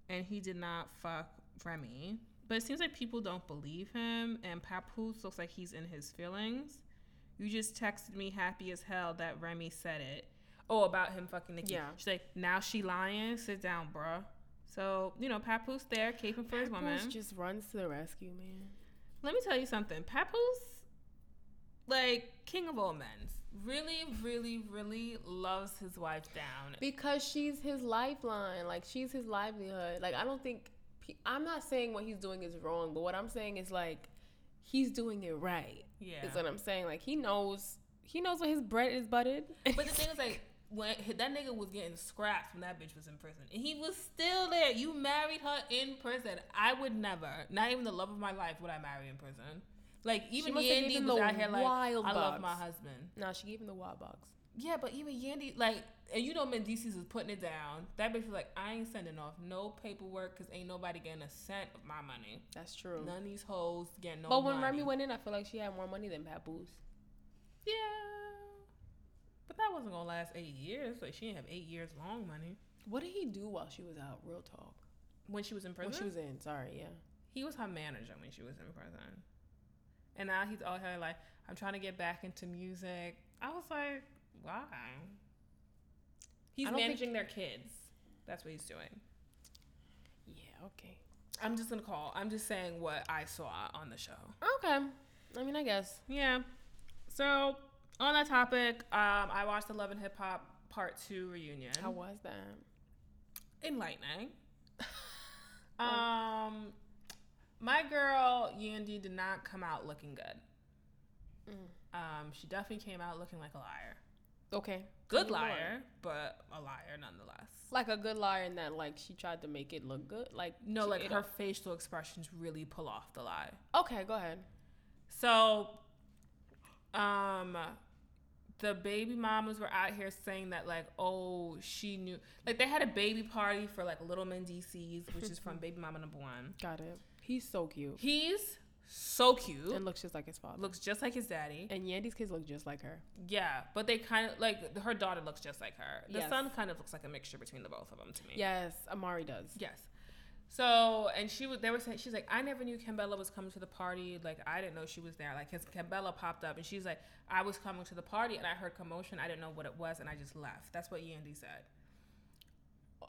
And he did not fuck Remy. But it seems like people don't believe him. And Papoose looks like he's in his feelings. You just texted me happy as hell that Remy said it. Oh, about him fucking Nikki. Yeah. She's like, now she lying. Sit down, bruh. So, you know, Papoose there, caping for his woman. just runs to the rescue, man. Let me tell you something. Papoose, like king of all men, really, really, really loves his wife down. Because she's his lifeline. Like, she's his livelihood. Like, I don't think. pe- I'm not saying what he's doing is wrong, but what I'm saying is, like, he's doing it right. Yeah. Is what I'm saying. Like, he knows. He knows where his bread is buttered. But the thing is, like, when that nigga was getting scraps when that bitch was in prison, and he was still there. You married her in prison. I would never, not even the love of my life, would I marry in prison. Like even must have gave Yandy him was the out here like, I wild love bucks. my husband. no, she gave him the wild box. Yeah, but even Yandy, like, and you know, Mendices was putting it down. That bitch was like, I ain't sending off no paperwork because ain't nobody getting a cent of my money. That's true. None of these hoes get no. but when money. Remy went in, I feel like she had more money than Papoose. yeah, but that wasn't gonna last eight years. Like she didn't have eight years long money What did he do while she was out? Real talk. when she was in prison. When she was in, sorry, yeah. he was her manager when she was in prison, and now he's all her like, I'm trying to get back into music. I was like, why? He's I don't think- managing their kids. That's what he's doing. Yeah, okay. I'm just gonna call. I'm just saying what I saw on the show. Okay. I mean, I guess. Yeah. So on that topic, um, I watched the Love and Hip Hop Part Two reunion. How was that? enlightening. Oh. um, my girl Yandy did not come out looking good. Mm. Um, she definitely came out looking like a liar. Okay. Good Good lord. liar, but a liar nonetheless. Like a good liar in that like she tried to make it look good. Like No, she- like it her facial expressions really pull off the lie. don't- Okay, go ahead. So, um, the baby mamas were out here saying that like, oh, she knew. Like they had a baby party for like Little Men DC's, which is from Baby Mama Number One. Got it. He's so cute He's so cute. and looks just like his father. Looks just like his daddy. And Yandy's kids look just like her. Yeah, but they kind of like her daughter looks just like her. The Yes. son kind of looks like a mixture between the both of them to me. Yes, Amari does. Yes. So and she was they were saying she's like I never knew Cambella was coming to the party like I didn't know she was there like his Cambella popped up and she's like I was coming to the party and I heard commotion I didn't know what it was and I just left that's what Yandy said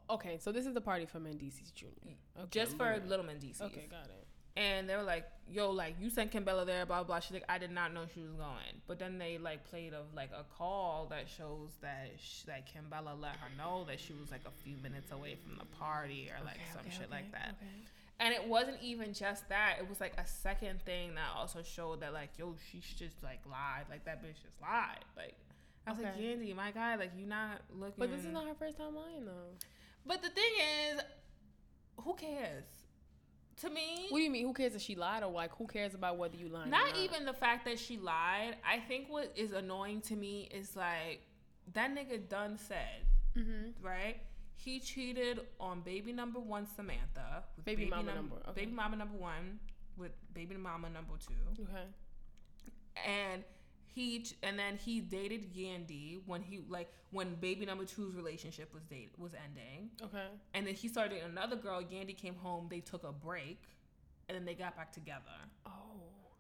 Okay, so this is the party for Mendices Jr. Okay, Mm. just for remember. Little Mendices Okay, got it. and they were like yo like you sent Cambella there blah blah she's like I did not know she was going but then they like played of like a call that shows that she, like Cambella let her know that she was like a few minutes away from the party or like Okay, some okay, shit okay, like that okay. And it wasn't even just that. It was like a second thing that also showed that like, yo, she's just like lied. Like that bitch just lied. Like I was like, Okay. Yandy, my guy, like you not looking. But this is not her first time lying though. Mm. But the thing is, who cares? To me, What do you mean? Who cares if she lied or like who cares about whether you lied? or not even the fact that she lied. I think what is annoying to me is like that nigga done said Mhm. right. He cheated on baby number one Samantha with Baby mama num- number, okay. baby mama number one with baby mama number two. Okay. and he ch- and then he dated Yandy when he like when baby number two's relationship was date was ending, Okay. and then he started dating another girl. Yandy came home. They took a break, and then they got back together. Oh.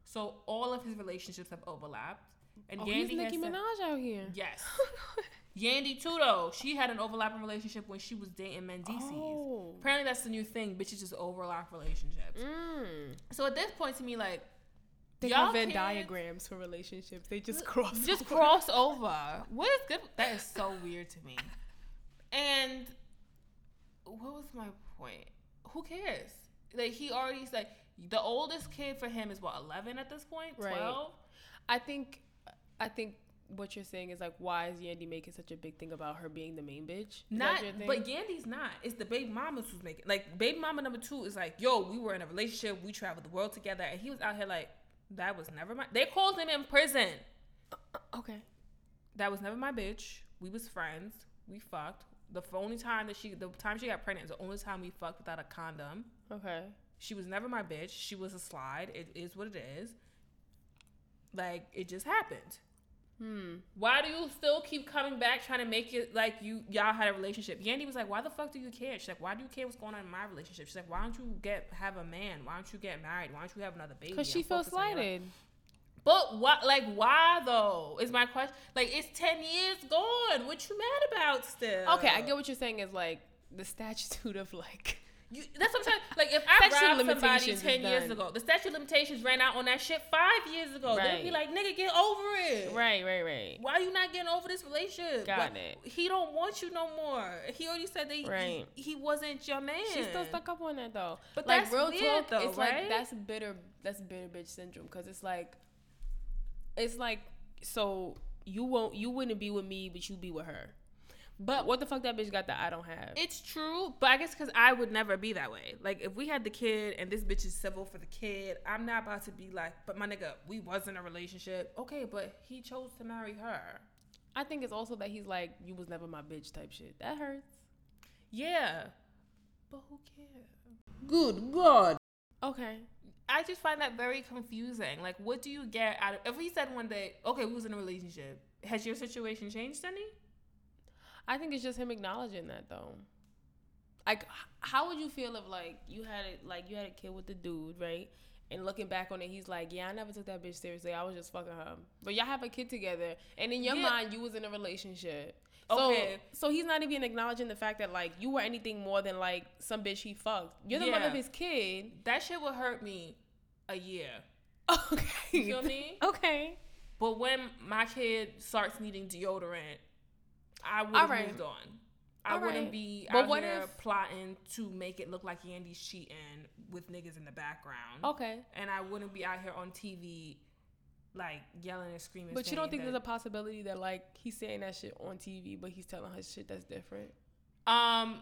So all of his relationships have overlapped. And Oh, he's Yandy has Nicki said- Minaj out here. yes, Yandy too though. She had an overlapping relationship when she was dating Mendices. Oh. Apparently that's the new thing. Bitches just overlap relationships. Mm. So at this point to me, like They y'all have Venn kids- diagrams for relationships. They just cross. just over. cross over. What is good? That is so weird to me. And what was my point? Who cares? Like he already said, the oldest kid for him is what eleven at this point, Right. twelve. I think, I think what you're saying is like, why is Yandy making such a big thing about her being the main bitch? Is that Not, your thing? but Yandy's not. It's the baby mamas who's making. Like baby mama number two is like, yo, we were in a relationship, we traveled the world together, and he was out here like, that was never my. They called him in prison. okay. that was never my bitch. We was friends. We fucked. The f- only time that she, the time she got pregnant, is the only time we fucked without a condom. Okay. She was never my bitch. She was a slide. It is what it is. Like it just happened. Hmm. Why do you still keep coming back trying to make it like you y'all had a relationship? Yandy was like, "Why the fuck do you care?" She's like, "Why do you care what's going on in my relationship?" She's like, "Why don't you get have a man? Why don't you get married? Why don't you have another baby?" Because she and feels focus on your life?" slighted. But what, like, why though? Is my question. Like, it's ten years gone. What you mad about still? Okay, I get what you're saying is like the statute of like. You, that's what I'm saying. Like, if I Statute of robbed somebody limitations ten is years done. ago, the statute of limitations ran out on that shit five years ago. They'd be Right. like, nigga, get over it. Right, right, right. Why you not getting over this relationship? Got Why- it. He don't want you no more. He already said that he, Right. he wasn't your man. She's still stuck up on that though. But that's weird, though, it's right? like that's bitter. That's bitter bitch syndrome because it's like, it's like so you won't you wouldn't be with me, but you be with her. But what the fuck that bitch got that I don't have? It's true, but I guess because I would never be that way. Like, if we had the kid and this bitch is civil for the kid, I'm not about to be like, but my nigga, we was in a relationship. Okay, but he chose to marry her. I think it's also that he's like you was never my bitch type shit. That hurts. Yeah. But who cares? Good God. Okay. I just find that very confusing. Like, what do you get out of if we said one day, okay, we was in a relationship, has your situation changed any? I think it's just him acknowledging that though. Like, h- how would you feel if like you had it like you had a kid with the dude, right? And looking back on it, he's like, "Yeah, I never took that bitch seriously. I was just fucking her." But y'all have a kid together, and in your Yeah. mind, you was in a relationship. So, Okay. so he's not even acknowledging the fact that like you were anything more than like some bitch he fucked. You're the mother of Yeah. his kid. That shit would hurt me a year. Okay, You feel me? Okay. But when my kid starts needing deodorant, I would have Alright. moved on. I All wouldn't right. be But out what here if- plotting to make it look like Yandy's cheating with niggas in the background. Okay. And I wouldn't be out here on TV, like yelling and screaming. But you don't saying think there's a that- possibility that like he's saying that shit on TV, but he's telling her shit that's different. um,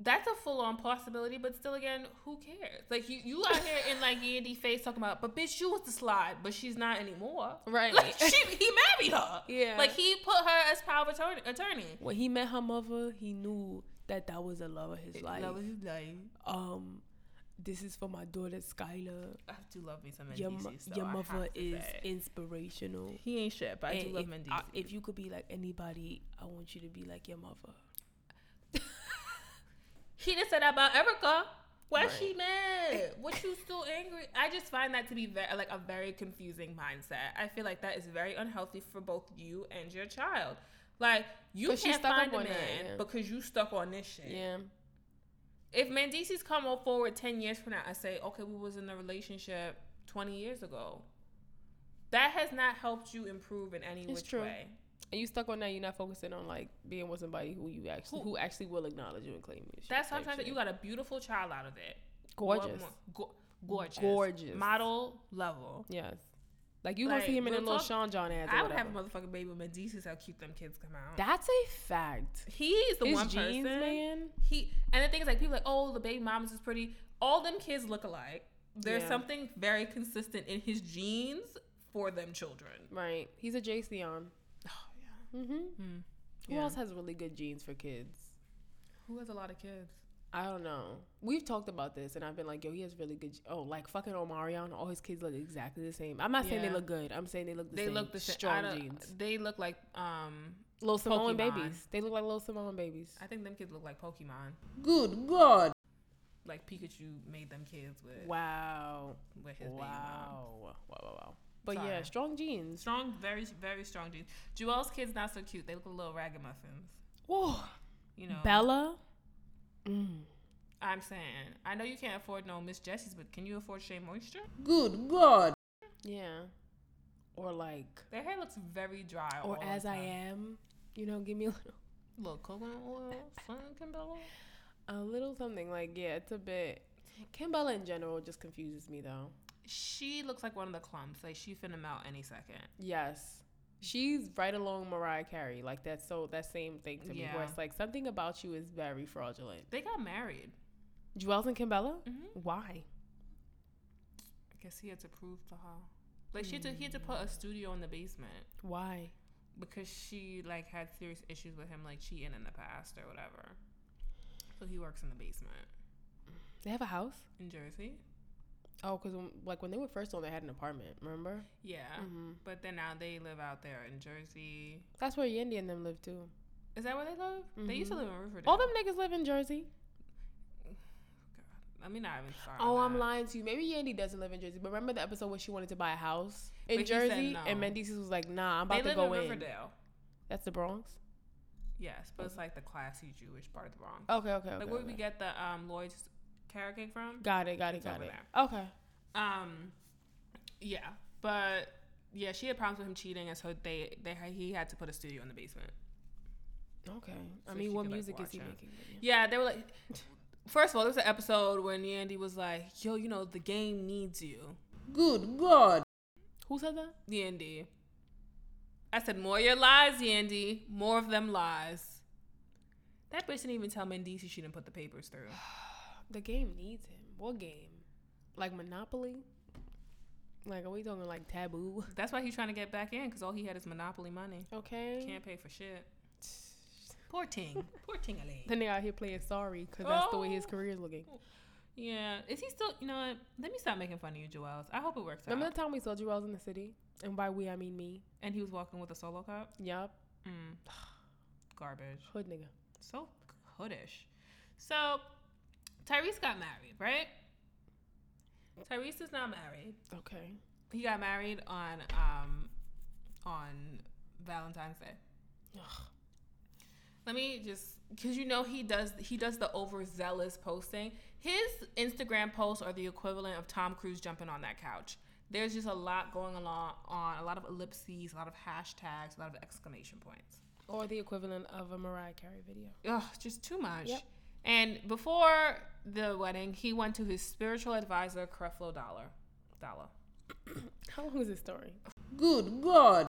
that's a full on possibility. But still, again, who cares? Like you, you out here in like Yandy face talking about, but bitch, you was the slide, but she's not anymore. Right. Like she, he married her. Yeah. Like he put her as power of attorney. attorney. When he met her mother, he knew that that was the love of his life. Love is life. um, this is for my daughter Skylar. I do love me some Your, Mendeeces. mo- though, your I mother have to is say. inspirational. He ain't shit, but I do And love if, Mendeeces. I- if you could be like anybody, I want you to be like your mother. She just said that about Erica. Why Right. she mad? What you still angry? I just find that to be very, like a very confusing mindset. I feel like that is very unhealthy for both you and your child. Like you 'Cause can't she stuck find up a on man that, yeah. because you stuck on this shit. Yeah. If Mendices come up forward ten years from now and say, "Okay, we was in a relationship twenty years ago," that has not helped you improve in any It's which true. way. And you stuck on that. You're not focusing on like being with somebody who you actually who, Who- actually will acknowledge you and claim you. That's type sometimes shit. you got a beautiful child out of it. What gorgeous. more- Go- gorgeous, Gorgeous. model level. Yes. Like you gonna see Like, him in a real little talk, Sean John ads. I Or would have whatever. a motherfucking baby with Mendices. How cute them kids come out. That's a fact. He's the His one jeans, person. man. He and the thing is, like people are like, oh, the baby mamas is pretty. All them kids look alike. There's Yeah. something very consistent in his genes for them children. Right. He's a JC on. Oh yeah. Mm-hmm. Who Yeah. else has really good genes for kids? Who has a lot of kids? I don't know. We've talked about this, and I've been like, "Yo, he has really good." ge- Oh, like fucking Omarion, all his kids look exactly the same. I'm not saying they Yeah. look good. I'm saying they look the they same. look the same. strong I don't- genes. They look like um. Little Samoan Pokemon. babies. They look like little Samoan babies. I think them kids look like Pokemon. Good God. Like Pikachu made them kids with Wow. with his Wow. baby mom. Wow. Wow. Wow. But yeah, Sorry. strong genes. Strong, very very strong genes. Joelle's kids not so cute. They look like little ragamuffins. Whoa. You know. Bella. Mm. I'm saying, I know you can't afford no Miss Jessie's, but can you afford Shea Moisture? Good God. Yeah. Or like, Their hair looks very dry. or all as the I time. am. You know, give me a little, Little coconut oil, sun, Kimberly. a little something. Like, yeah, it's a bit. Kimbella in general just confuses me though. She looks like one of the clumps. Like she finna melt any second. Yes. She's right along Mariah Carey. Like that's so that same thing to me. Where Yeah. it's like something about you is very fraudulent. They got married. Jewels and Kimbella? Mm-hmm. Why? I guess he had to prove to her. Like she had to, he had to put a studio in the basement Why? because she like had serious issues with him, like cheating in the past or whatever. So he works in the basement They have a house? in Jersey. Oh, because like when they were first on, they had an apartment. Remember? Yeah, Mhm. but then now they live out there in Jersey. That's where Yendi and them live too. Is that where they live? They used to Mhm. live in Riverdale. All them niggas live in Jersey. I mean, not even start. Oh, on I'm that. lying to you. Maybe Yandy doesn't live in Jersey, but remember the episode where she wanted to buy a house in But he said Jersey, no. and Mendices was like, "Nah, I'm They about to live go in in." Riverdale. That's the Bronx. Yes, but it's like the classy Jewish part of the Bronx. Okay, okay, okay. like where okay. we get the um, Lloyd's carrot cake from. got it, got it, It's got over it. there. Okay, Um, yeah, but yeah, she had problems with him cheating, and so they they he had to put a studio in the basement. okay. I So mean, she what could, like, music is watch he it. making? Yeah, they were like. First of all, there was an episode where Yandy was like, "Yo, you know the game needs you, Good God. Who said that? Yandy." I said, "More your lies, Yandy. More of them lies." That bitch didn't even tell Mendici she didn't put the papers through. The game needs him. What game? Like Monopoly? Like, are we talking like Taboo? That's why he's trying to get back in because all he had is monopoly money. Okay. Can't pay for shit. Poor Ting. Poor Tingaling. The nigga out here playing sorry because that's the way his Oh. career is looking. Yeah. Is he still? You know what? Let me stop making fun of you, Joels. I hope it works Remember out. the time we saw Jewels in the city? And by we, I mean me. And he was walking with a solo cup. Yup. Mm. Garbage. Hood nigga. So hoodish. So Tyrese got married, right? Tyrese is not married. Okay. He got married on um on Valentine's Day. Ugh. Let me just because you know he does he does the overzealous posting. His Instagram posts are the equivalent of Tom Cruise jumping on that couch. There's just a lot going along on a lot of ellipses, a lot of hashtags, a lot of exclamation points. Or the equivalent of a Mariah Carey video. Ugh, just too much. Yep. And before the wedding, he went to his spiritual advisor, Creflo Dollar. Dollar. How long is this story? Good God.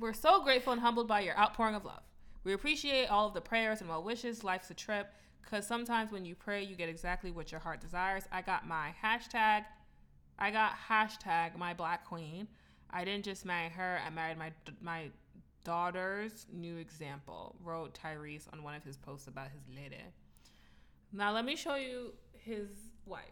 We're so grateful and humbled by your outpouring of love. We appreciate all of the prayers and well wishes. Life's a trip. Because sometimes when you pray, you get exactly what your heart desires. I got my hashtag. I got hashtag my black queen. I didn't just marry her. I married my my daughter's new example. Wrote Tyrese on one of his posts about his lady. Now let me show you his wife.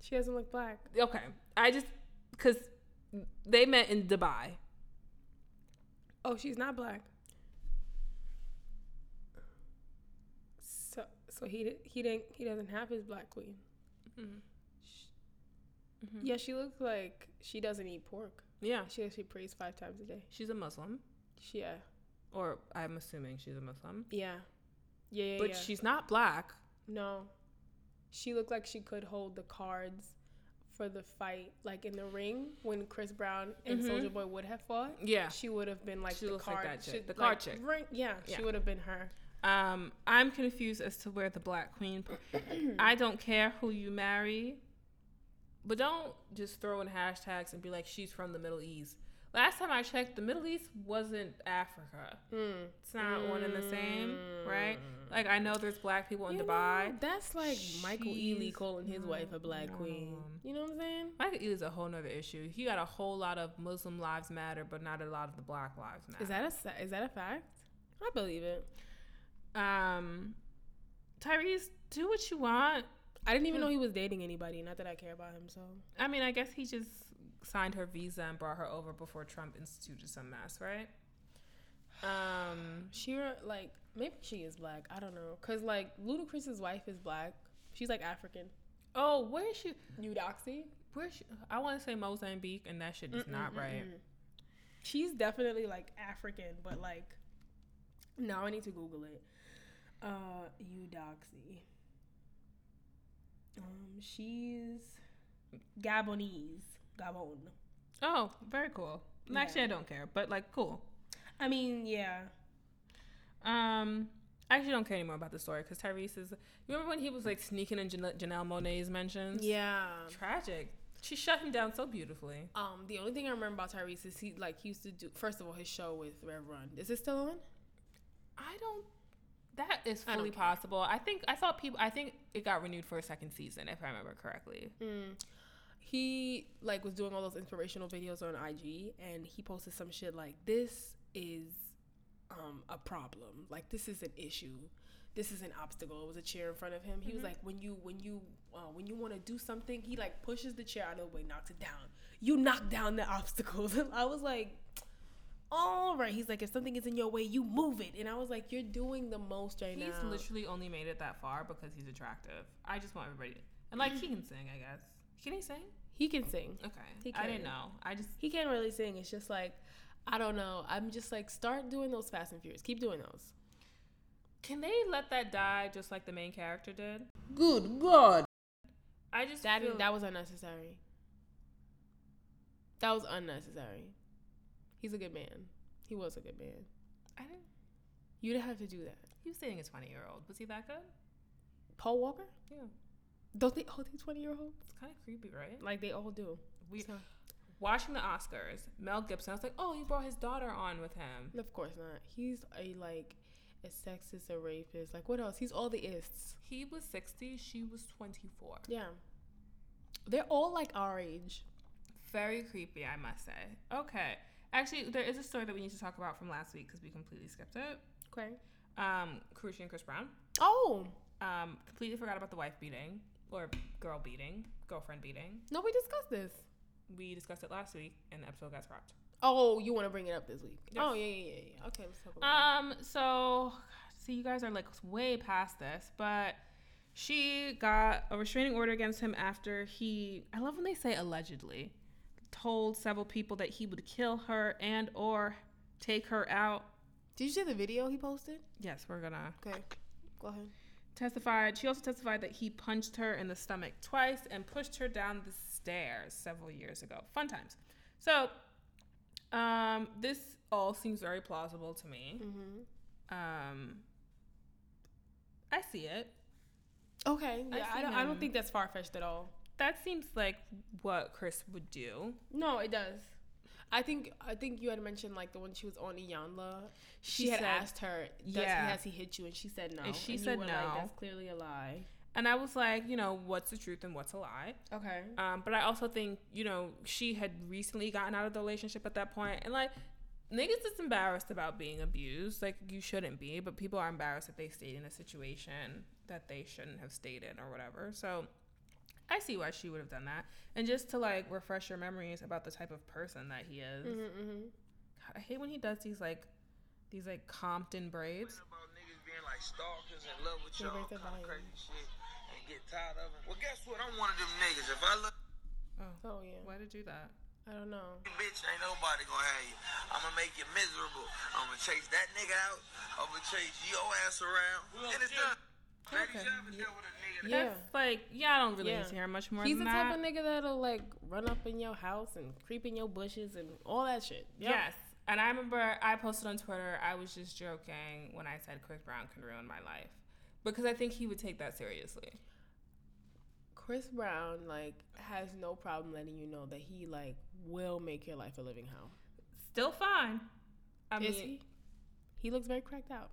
She doesn't look black. Okay, I just because they met in Dubai. Oh, she's not black. So, so he di- he didn't he doesn't have his black queen. Mm-hmm. Sh Yeah, she looks like she doesn't eat pork. Yeah, She actually prays five times a day. she's a Muslim. She- Yeah, or I'm assuming she's a Muslim, yeah, yeah, yeah. but yeah. she's not black. no, she looked like she could hold the cards for the fight, like in the ring when Chris Brown and Soldier Boy would have fought. Mm-hmm. Yeah. she would have been like She the looks like card, that chick, she- the card chick. Ring, yeah, Yeah. she would have been her. Um, I'm confused as to where the black queen. I don't care who you marry, but don't just throw in hashtags and be like she's from the Middle East. Last time I checked, the Middle East wasn't Africa. Hmm. It's not one and the same, right? Like I know there's black people in You Dubai. know, that's like Michael Ealy She's- calling his wife a black queen. You know what I'm saying? Michael Ealy's a whole nother issue. He got a whole lot of Muslim lives matter, but not a lot of the black lives matter. Is that a sa- is that a fact? I believe it. Um, Tyrese, do what you want. I didn't even know he was dating anybody. Not that I care about him. So I mean, I guess he just signed her visa and brought her over before Trump instituted some mass, right? Um, she re- like maybe she is black. I don't know. Cause like Ludacris's wife is black. She's like African. oh, where is she? Eudoxy. Where is she? I want to say Mozambique, and that shit is not right. She's definitely like African, but like now I need to Google it. Uh Eudoxy. Um, she's Gabonese. Gabon. Oh, very cool. Yeah. Actually, I don't care, but like, cool. I mean, yeah. Um, I actually don't care anymore about the story because Tyrese is. You remember when he was like sneaking in Jan- Janelle Monet's mentions? Yeah. Tragic. She shut him down so beautifully. Um, the only thing I remember about Tyrese is he like he used to do first of all his show with Rev Run. Is it still on? I don't. That is I don't fully care. possible. I think I saw people. I think it got renewed for a second season, if I remember correctly. he like was doing all those inspirational videos on IG and he posted some shit like this is um a problem. Like this is an issue. This is an obstacle. It was a chair in front of him. He was like when you when you uh, when you want to do something, he like pushes the chair out of the way, knocks it down. You knock down the obstacles. And I was like all right. He's like if something is in your way, you move it. And I was like you're doing the most right He's now. literally only made it that far because he's attractive. I just want everybody to, and like he can sing. I guess can he sing? he can sing. Okay, He I didn't can. know. I just He can't really sing. It's just like, I don't know. I'm just like, start doing those Fast and Furious. Keep doing those. can they let that die just like the main character did. Good God. I just That feel, that was unnecessary. That was unnecessary. He's a good man. He was a good man. I didn't. You didn't have to do that. He was dating a twenty year old. Was he that good? Paul Walker? Yeah, Don't they all do twenty year olds? it's kind of creepy, right? Like they all do. We So- watching the Oscars. Mel Gibson. I was like, oh, he brought his daughter on with him. Of course not. He's a like a sexist, a rapist. Like what else? He's all the ists. He was sixty. She was twenty four. Yeah. They're all like our age. Very creepy, I must say. Okay. Actually, there is a story that we need to talk about from last week because we completely skipped it. Okay. Um, Karushi and Chris Brown. Oh. Um, completely forgot about the wife beating or girl beating, girlfriend beating. No, we discussed this. We discussed it last week and the episode got scrapped. Oh, you want to bring it up this week? Yes. Oh yeah, yeah, yeah, yeah. Okay, let's talk about Um, so see, you guys are like way past this, but she got a restraining order against him after he. I love when they say allegedly told several people that he would kill her and or take her out. it. Did you see the video he posted? Yes, we're gonna Okay, go ahead. testified. She also testified that he punched her in the stomach twice and pushed her down the stairs several years ago. Fun times. So, um, this all seems very plausible to me. Um, I see it. Okay. I Yeah, I, see don't. I don't him. think that's far fetched at all. That seems like what Chris would do. No, it does. I think I think you had mentioned like the one she was on Iyanla. She, She had said- asked her, Does Yeah. he, "Has he hit you?" And she said no. And she you said were no. That's clearly a lie. And I was like, you know, what's the truth and what's a lie? Okay. Um, but I also think, you know, she had recently gotten out of the relationship at that point, and like niggas is embarrassed about being abused. Like you shouldn't be, but people are embarrassed that they stayed in a situation that they shouldn't have stayed in or whatever. So I see why she would have done that. And just to like refresh your memories about the type of person that he is. hmm hmm God, I hate when he does these like these like Compton braids. about niggas being like stalkers in love with y'all raise their kind of volume. crazy shit and get tired of them. Well, guess what? I'm one of them niggas. If I love Oh, Oh yeah. why did you do that? I don't know. you, bitch, ain't nobody gonna have you. I'm gonna make you miserable. I'm gonna chase that nigga out. I'm gonna chase your ass around. And it's done. Ladies, Okay. y'all ever dealt with a nigga that Yeah. That's like yeah, I don't really Yeah. need to hear much more He's than the that. type of nigga that'll like run up in your house and creep in your bushes and all that shit. Yep. Yes. And I remember I posted on Twitter, I was just joking when I said Chris Brown can ruin my life. Because I think he would take that seriously. Chris Brown like has no problem letting you know that he like will make your life a living hell. Still fine. I Is mean, he? He looks very cracked out.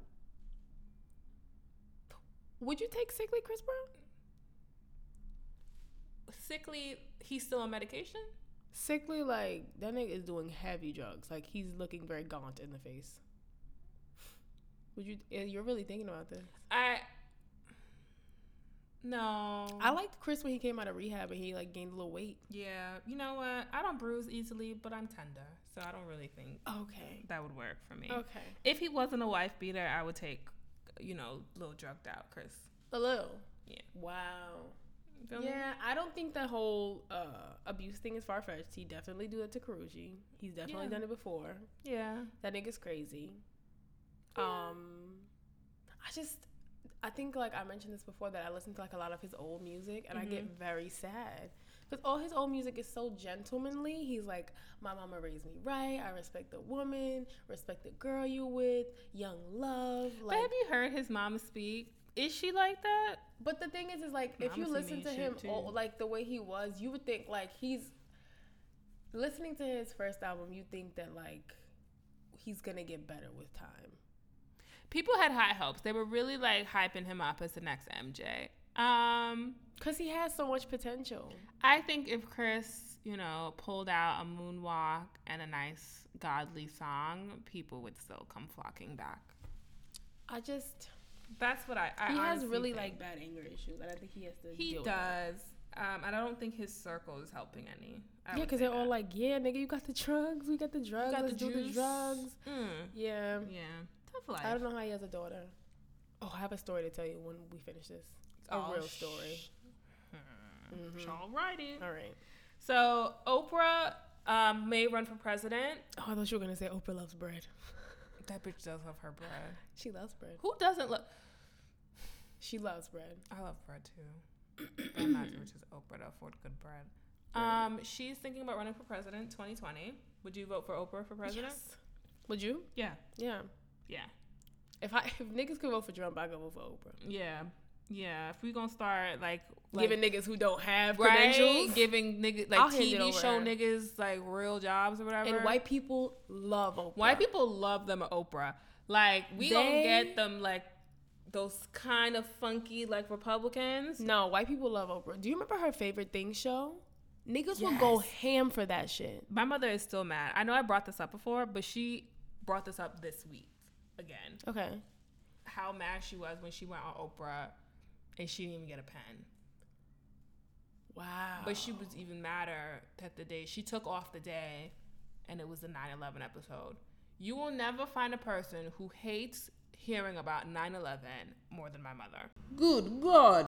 Would you take sickly Chris Brown? sickly, he's still on medication? Sickly, like that nigga is doing heavy drugs. Like he's looking very gaunt in the face. Would you? eh, You're really thinking about this. I. No. I liked Chris when he came out of rehab and he like gained a little weight. Yeah. You know what? I don't bruise easily, but I'm tender. So I don't really think Okay. that would work for me. Okay. If he wasn't a wife beater, I would take, you know, little drugged out Chris. A little. Yeah. Wow. You feel me? Yeah, I don't think the whole uh, abuse thing is far fetched. He definitely do it to Karuji. He's definitely Yeah. done it before. Yeah. That nigga's crazy. Um, I just, I think like I mentioned this before that I listen to like a lot of his old music and I get Mm-hmm. very sad because all his old music is so gentlemanly. He's like, my mama raised me right. I respect the woman, respect the girl you with, young love. But Like, have you heard his mama speak? Is she like that? But the thing is, is like if Mama you seen listen me to shoot him, too. all, like the way he was, you would think like he's listening to his first album. You think that like he's gonna get better with time. People had high hopes. They were really like hyping him up as the next MJ. Um, Cause he has so much potential. I think if Chris, you know, pulled out a moonwalk and a nice godly song, people would still come flocking back. I just That's what I. I he has honestly really think. like bad anger issues, and I think he has to. He deal with that. does. Um, and I don't think his circle is helping any. I Yeah, would because say they're all that. like, "Yeah, nigga, you got the drugs. We got the drugs. got Let's the do the juice." drugs." Mm, Yeah. yeah, tough life. I don't know how he has a daughter. Oh, I have a story to tell you when we finish this. A Oh, hmm. real story. Mm-hmm. Mm-hmm. Alrighty. All right. So Oprah um, may run for president. Oh, I thought you were gonna say Oprah loves bread. That bitch does love her bread. She loves bread. Who doesn't love? She loves bread. I love bread too. But I'm not as rich as Oprah to afford good bread. Um, she's thinking about running for president 2020. Would you vote for Oprah for president? Would you? Yeah. Yeah. Yeah. If I if niggas could vote for Trump, I'd go vote for Oprah. Yeah. Yeah. If we gonna start like, like Giving niggas who don't have right, credentials. giving niggas like I'll hand it TV over show her. niggas like real jobs or whatever. and white people love Oprah. White people love them at Oprah. Like we They- gonna get them like those kind of funky like Republicans. No, white people love Oprah. Do you remember her favorite thing show? Niggas would go ham for that shit. My mother is still mad. I know I brought this up before, but she brought this up this week again. Okay. How mad she was when she went on Oprah and she didn't even get a pen. Wow. But she was even madder that the day she took off the day and it was the 9 11 episode. You will never find a person who hates hearing about 9 11 more than my mother. Good God.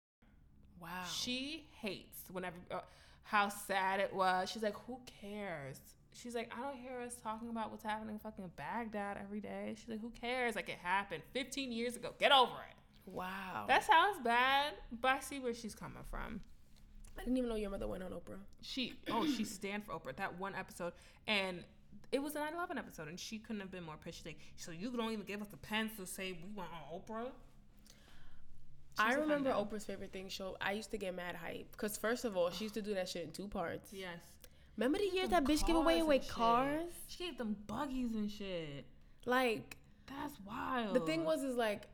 wow. She hates whenever uh, how sad it was. She's like, who cares? She's like, I don't hear us talking about what's happening in fucking Baghdad every day. She's like, who cares? Like it happened 15 years ago. Get over it. wow. That sounds bad, but I see where she's coming from. I didn't even know your mother went on Oprah. She oh she stand for Oprah that one episode and it was a 9/11 episode and she couldn't have been more pissed. She's like, So you don't even give us the pens to say we went on Oprah. I She's a remember fandom. Oprah's favorite thing show. I used to get mad hype because first of all, she used to do that shit in two parts. Yes. Remember the year Them that bitch gave away cars away and shit. cars? She gave them buggies and shit. Like That's wild. the thing was is like,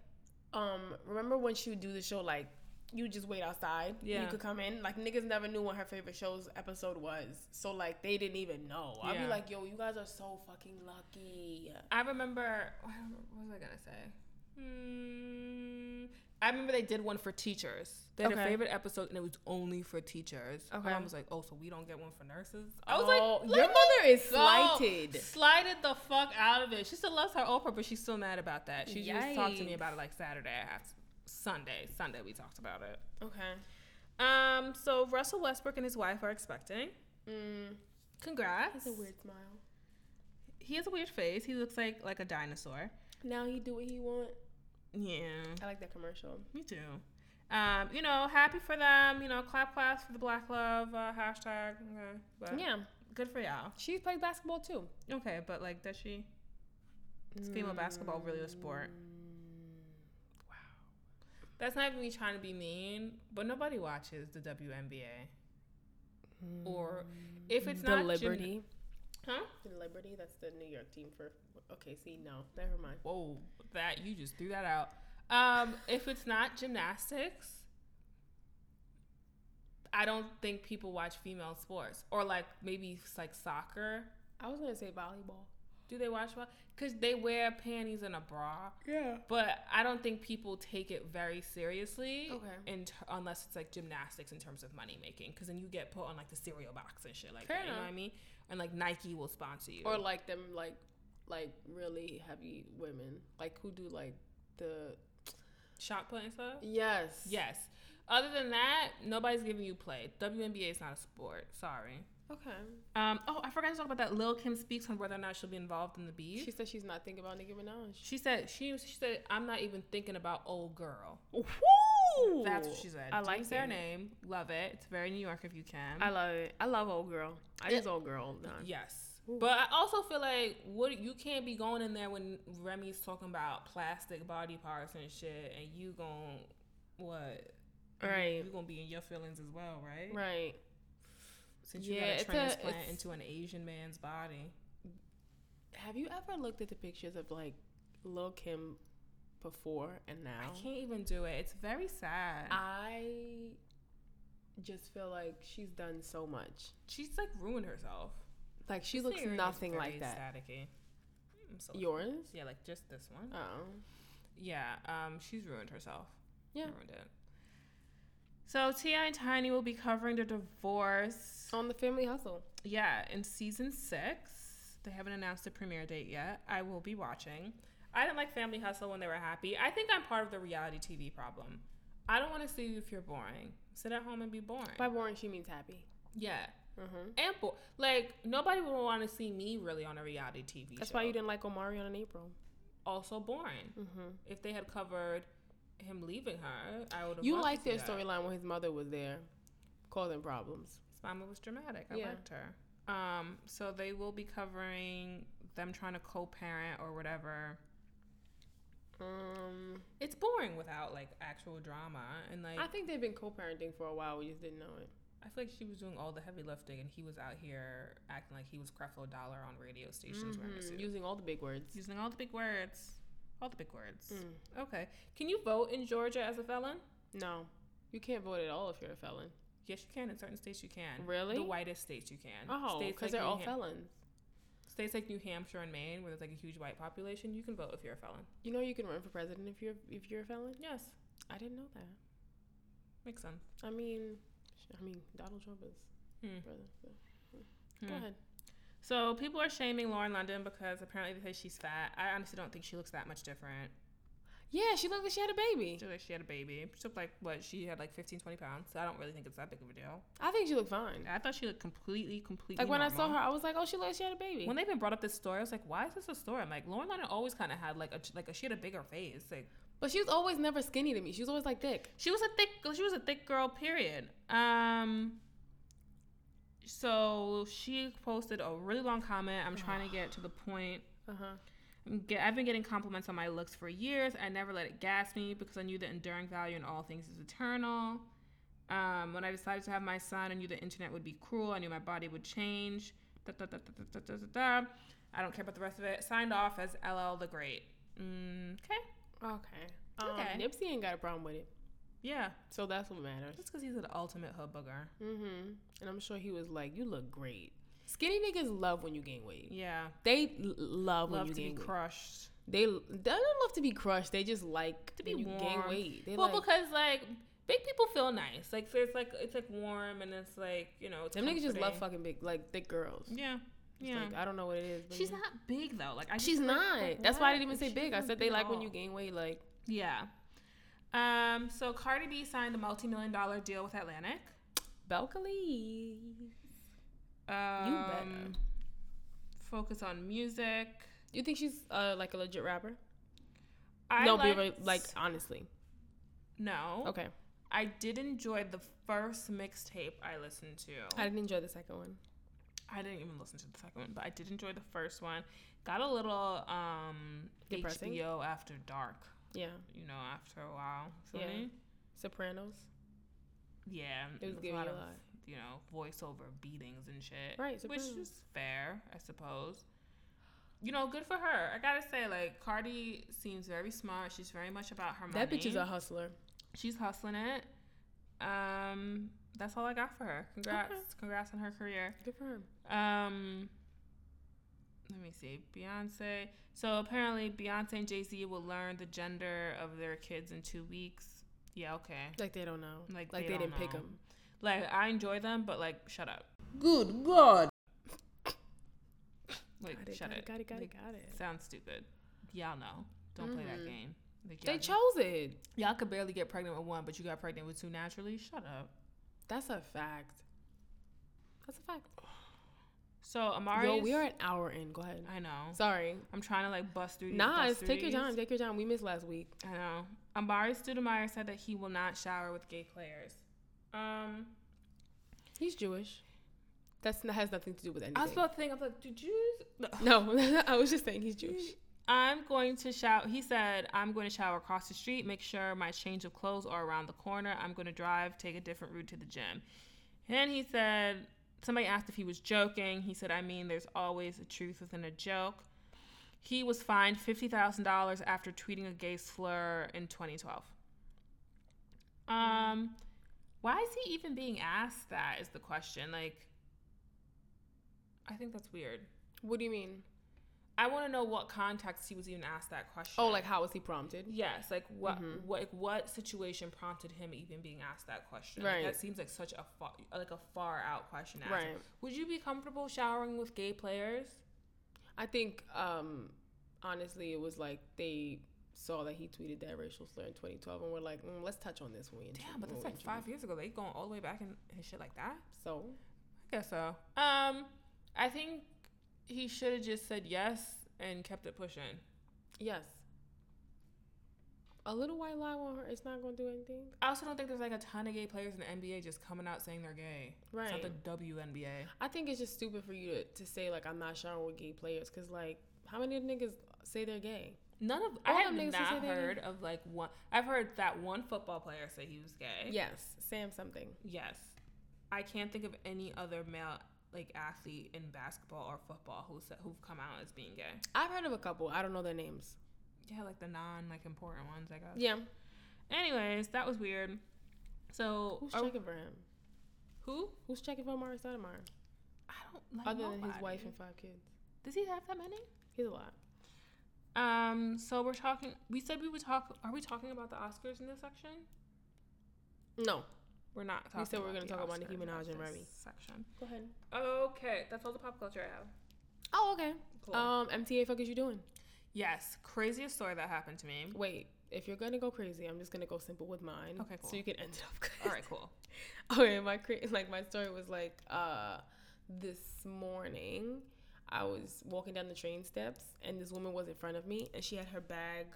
um, remember when she would do the show like you just wait outside. and Yeah. You could come in. Like niggas never knew what her favorite show's episode was. So like they didn't even know. I'd Yeah. be like, yo, you guys are so fucking lucky. I remember what was I gonna say? Hmm, I remember they did one for teachers. They had a Okay. favorite episode, and it was only for teachers. Okay. My mom was like, "Oh, so we don't get one for nurses?" I was like, Oh, "Let your me mother is go." slighted. slighted the fuck out of it." She still loves her Oprah, but she's still mad about that. She just talked to me Yikes. about it like Saturday, after, Sunday, Sunday we talked about it. Okay. Um, so Russell Westbrook and his wife are expecting. Mm, Congrats. that's a weird smile. He has a weird face. He looks like like a dinosaur. Now he do what he want. Yeah. I like that commercial. Me too. Um, you know, happy for them. You know, clap claps for the Black Love uh, hashtag. Okay, but Yeah, Good for y'all. she played basketball too. Okay, but like, does she? Is Mm. female basketball really a sport? Mm. Wow. That's not even me trying to be mean, but nobody watches the WNBA. Or if it's Mm. the not gym- Liberty. huh? the Liberty, that's the New York team for. Okay, see, no, never mind. Whoa, that you just threw that out. Um, if it's not gymnastics, I don't think people watch female sports or like maybe it's like soccer. I was gonna say volleyball. Do they watch because they wear panties and a bra? Yeah. But I don't think people take it very seriously, Okay. In ter- unless it's like gymnastics in terms of money making, because then you get put on like the cereal box and shit like Fair that. You know enough. what I mean? And like Nike will sponsor you. Or like them, like, like really heavy women, like who do like the. shot put and stuff. Yes. Yes. Other than that, nobody's giving you play. WNBA is not a sport. Sorry. Okay. Um, oh, I forgot to talk about that. Lil Kim speaks on whether or not she'll be involved in the beef. She said she's not thinking about Nicki Minaj. she said she, she said I'm not even thinking about old girl. Woo! That's what she said. I Didn't like say her it. name. Love it. It's very New York if you can. I love it. I love old girl. I use old girl all the time. yes. But I also feel like what you can't be going in there when Remy's talking about plastic body parts and shit, and you gon' what? Right. You gonna be in your feelings as well, right? Right. Since you Yeah, got it's a a- transplant it's- into an Asian man's body. Have you ever looked at the pictures of like Lil Kim before and now? I can't even do it. It's very sad. I just feel like she's done so much. She's like ruined herself. Like she This looks earring is nothing very like that. Staticky. I'm so Yours? yeah, like just this one. Oh. Yeah, um, she's ruined herself. Yeah. ruined it. So Ti and Tiny will be covering the divorce. On the family hustle. Yeah, in season six, they haven't announced the premiere date yet. I will be watching. I didn't like Family Hustle when they were happy. I think I'm part of the reality TV problem. I don't want to see you if you're boring. Sit at home and be boring. By boring, she means happy. yeah. Mhm. Ample. Like nobody would want to see me really on a reality TV. That's show. why you Mm-hmm. didn't like Omarion in April. also boring. If they had covered him leaving her, I would have. You liked their their storyline when his mother was there, causing problems. His mama was dramatic. I Yeah. liked her. Um, so they will be covering them trying to co-parent or whatever. Um, It's boring without like actual drama and like I, I think they've been co-parenting for a while. We just didn't know it. feel like she was doing all the heavy lifting and he was out here acting like he was Creflo Dollar on radio stations wearing a Mhm, suit. Using all the big words. Mm-hmm. Using all the big words. All the big words. Mm. Okay. Can you vote in Georgia as a felon? No, you can't vote at all if you're a felon. Yes, you can. In certain states, you can. Really? The whitest states, you can. Oh, States because like they're New all Ham- felons. States like New Hampshire and Maine, where there's like a huge white population, you can vote if you're a felon. You know you can run for president if you're if you're a felon. Yes, I didn't know that. makes sense. I mean, sh- I mean Donald Trump is Hmm. brother. so, hmm. Go ahead. So people are shaming Lauren London because apparently they say she's fat. I honestly don't think she looks that much different. Yeah, she looked like she had a baby. She looked like she had a baby. She looked like what she had like 15, 20 pounds. So I don't really think it's that big of a deal. I think she looked fine. I thought she looked completely, completely. Like when I saw normal. her, I was like, oh, she looked like she had a baby. When they even brought up this story, I was like, "Why is this a story?" I'm like, Lauren London always kind of had like a like a, she had a bigger face. Like But she was always never skinny to me. She was always like thick. She was a thick. She was a thick girl. Period. Um. So she posted a really long comment. I'm trying to get to the point. Uh huh. I'm get- I've been getting compliments on my looks for years. I never let it gas me because I knew the enduring value in all things is eternal. Um, when I decided to have my son, I knew the internet would be cruel. I knew my body would change. Da, da, da, da, da, da, da, da, da. I don't care about the rest of it. Signed off as LL the Great. Mm, okay. Okay. Um, Okay. Nipsey ain't got a problem with it, Yeah. so that's what matters. That's because he's an ultimate hood booger. Mm-hmm. And I'm sure he was like, "You look great." Skinny niggas love when you gain weight. Yeah. They l- love when Love you to be gain weight. crushed. They, they don't love to be crushed. They just like to be when you warm. gain weight. They well, like, because like big people feel nice. Like so it's like it's like warm and it's like you know. It's them niggas just love comforting. fucking big, like thick girls. Yeah. It's Yeah. Like, I don't know what it is. But She's yeah. not big though. Like I just She's feel not. like, like, That's why I what? didn't even say She's big. I not said they big at like when all. you gain weight. Like Yeah. Um. So Cardi B signed a multi-million dollar deal with Atlantic. balcony. Um, better. focus on music. You think she's uh, like a legit rapper? I no, be liked, re- like honestly. no. Okay, I did enjoy the first mixtape I listened to. I didn't enjoy the second one. I didn't even listen to the second one, but I did enjoy the first one. Got a little um Depressing? HBO after dark, Yeah, you know, after a while. Feel Yeah. me? Sopranos. Yeah. It was there's giving a lot you of a lot. you know, voiceover beatings and shit. Right, Which Sopranos. is fair, I suppose. You know, good for her. I gotta say, like Cardi seems very smart. She's very much about her money. That bitch is a hustler. She's hustling it. Um, that's all I got for her. Congrats, Okay. congrats on her career. Good for her. Um, let me see. Beyonce. So apparently, Beyonce and Jay Z will learn the gender of their kids in two weeks. Yeah, okay. Like they don't know. Like, Like, they they, don't didn't pick know. 'em. Like I enjoy them, but like shut up. Good God. Like Got it, shut got up. it, got it, got it, Like, got it. Sounds stupid. Y'all know. Don't play Mm-hmm. that game. Like, They y'all- chose it. y'all could barely get pregnant with one, but you got pregnant with two naturally. Shut up. That's a fact. That's a fact. So Amari. Yo, we are an hour in. Go ahead. I know. Sorry. I'm trying to like bust through. these- Nah, bust it's through take your these. time. Take your time. We missed last week. I know. Amari Stoudemire said that he will not shower with gay players. Um, He's Jewish. That's that has nothing to do with anything. I was about to think. I was like, do Jews? No. no, I was just saying he's Jewish. I'm going to shower. He said, I'm going to shower across the street. Make sure my change of clothes are around the corner. I'm going to drive, take a different route to the gym. And he said, somebody asked if he was joking. He said, I mean, there's always a truth within a joke. He was fined fifty thousand dollars after tweeting a gay slur in 2012. Um, why is he even being asked that? Is the question like? I think that's weird. What do you mean? I want to know what context he was even asked that question. Oh, like Mm-hmm. how was he prompted? yes, like what, what, like what situation prompted him even being asked that question? Like, Right. that seems like such a far, like a far out question. to ask. Right. Would you be comfortable showering with gay players? I think um honestly it was like they saw that he tweeted that racial slur in 2012 and were like, mm, let's touch on this when we intro- Damn, but when that's we like five years ago. They going all the way back and, and shit like that. intro- So I guess so. Um, I think he should have just said yes and kept it pushing. yes, a little white lie on her. It's not gonna do anything. I also don't think there's like a ton of gay players in the NBA just coming out saying they're gay. Right. It's not the WNBA. I think it's just stupid for you to, to say like I'm not showering with gay players because like how many niggas say they're gay? None of I All have them niggas who say not they- heard of like one. I've heard that one football player say he was gay. Yes, Sam something. Yes. I can't think of any other male like athlete in basketball or football who said who've come out as being gay. I've heard of a couple. I don't know their names. Yeah, like the non like important ones, I guess. Yeah, Anyways, that was weird. So who's are- checking for him? who? Who's checking for Amari Stoudemire? I don't like Other than his nobody. wife and five kids, Does he have that many? he's a lot. Um. So we're talking. We said we would talk. Are we talking about the Oscars in this section? No, We're not. Talking said we were about gonna the talk about Nicki Oscars in Minaj and this Remy. Section. go ahead. Okay, that's all the pop culture I have. Oh, okay. Cool. Um, MTA, fuck is you doing? Yes, craziest story that happened to me. Wait, if you're gonna go crazy, I'm just gonna go simple with mine. Okay, cool. So you can end it up. Good. All right, cool. Okay, my cra- like my story was like uh, this morning, I was walking down the train steps and this woman was in front of me and she had her bag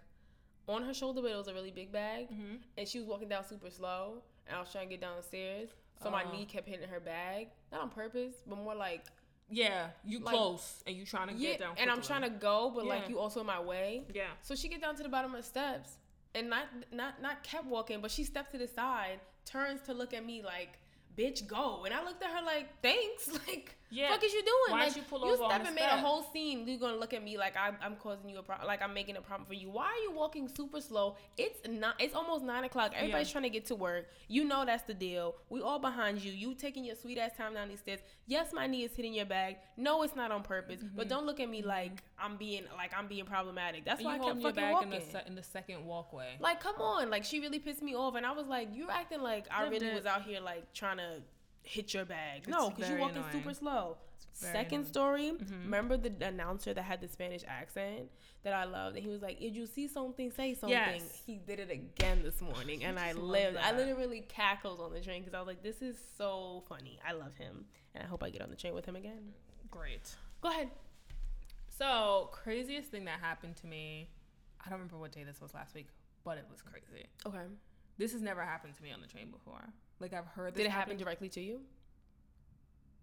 on her shoulder blade was a really big bag, Mm-hmm. and she was walking down super slow. And I was trying to get down the stairs, so my Oh. knee kept hitting her bag, not on purpose, but more like Yeah, you Like- close and you trying to yeah. get down. And I'm trying to go, but Yeah. like you also in my way. Yeah. So she get down to the bottom of the steps, and not not not kept walking, but she stepped to the side, turns to look at me like. Bitch, go! And I looked at her like, "Thanks, like, Yeah. fuck is you doing? Why'd like, you pull over on step the and made a step? whole scene. You gonna look at me like I, I'm causing you a problem, like I'm making a problem for you. Why are you walking super slow? It's not. It's almost nine o'clock. Everybody's Yeah. trying to get to work. You know that's the deal. We all behind you. You taking your sweet ass time down these stairs. Yes, my knee is hitting your bag. No, it's not on purpose. But don't look at me like I'm being like I'm being problematic. That's Mm-hmm. And why you holding I kept your bag in fucking walking. the, se- in the second walkway. like, come on. Like she really pissed me off, and I was like, you're acting like I That really dip. was out here like trying to hit your bag. No, because you're very walking annoying. super slow. very Second annoying. story, remember the announcer that had the Spanish accent that I loved, and he was like, "If you see something, say something." Yes. He did it again this morning, and I just love lived. I that. literally cackled on the train because I was like, "This is so funny. I love him, and I hope I get on the train with him again." Great. Go ahead. So craziest thing that happened to me. I don't remember what day this was last week, but it was crazy. Okay. This has never happened to me on the train before. Like I've heard. This Did it happen directly to you?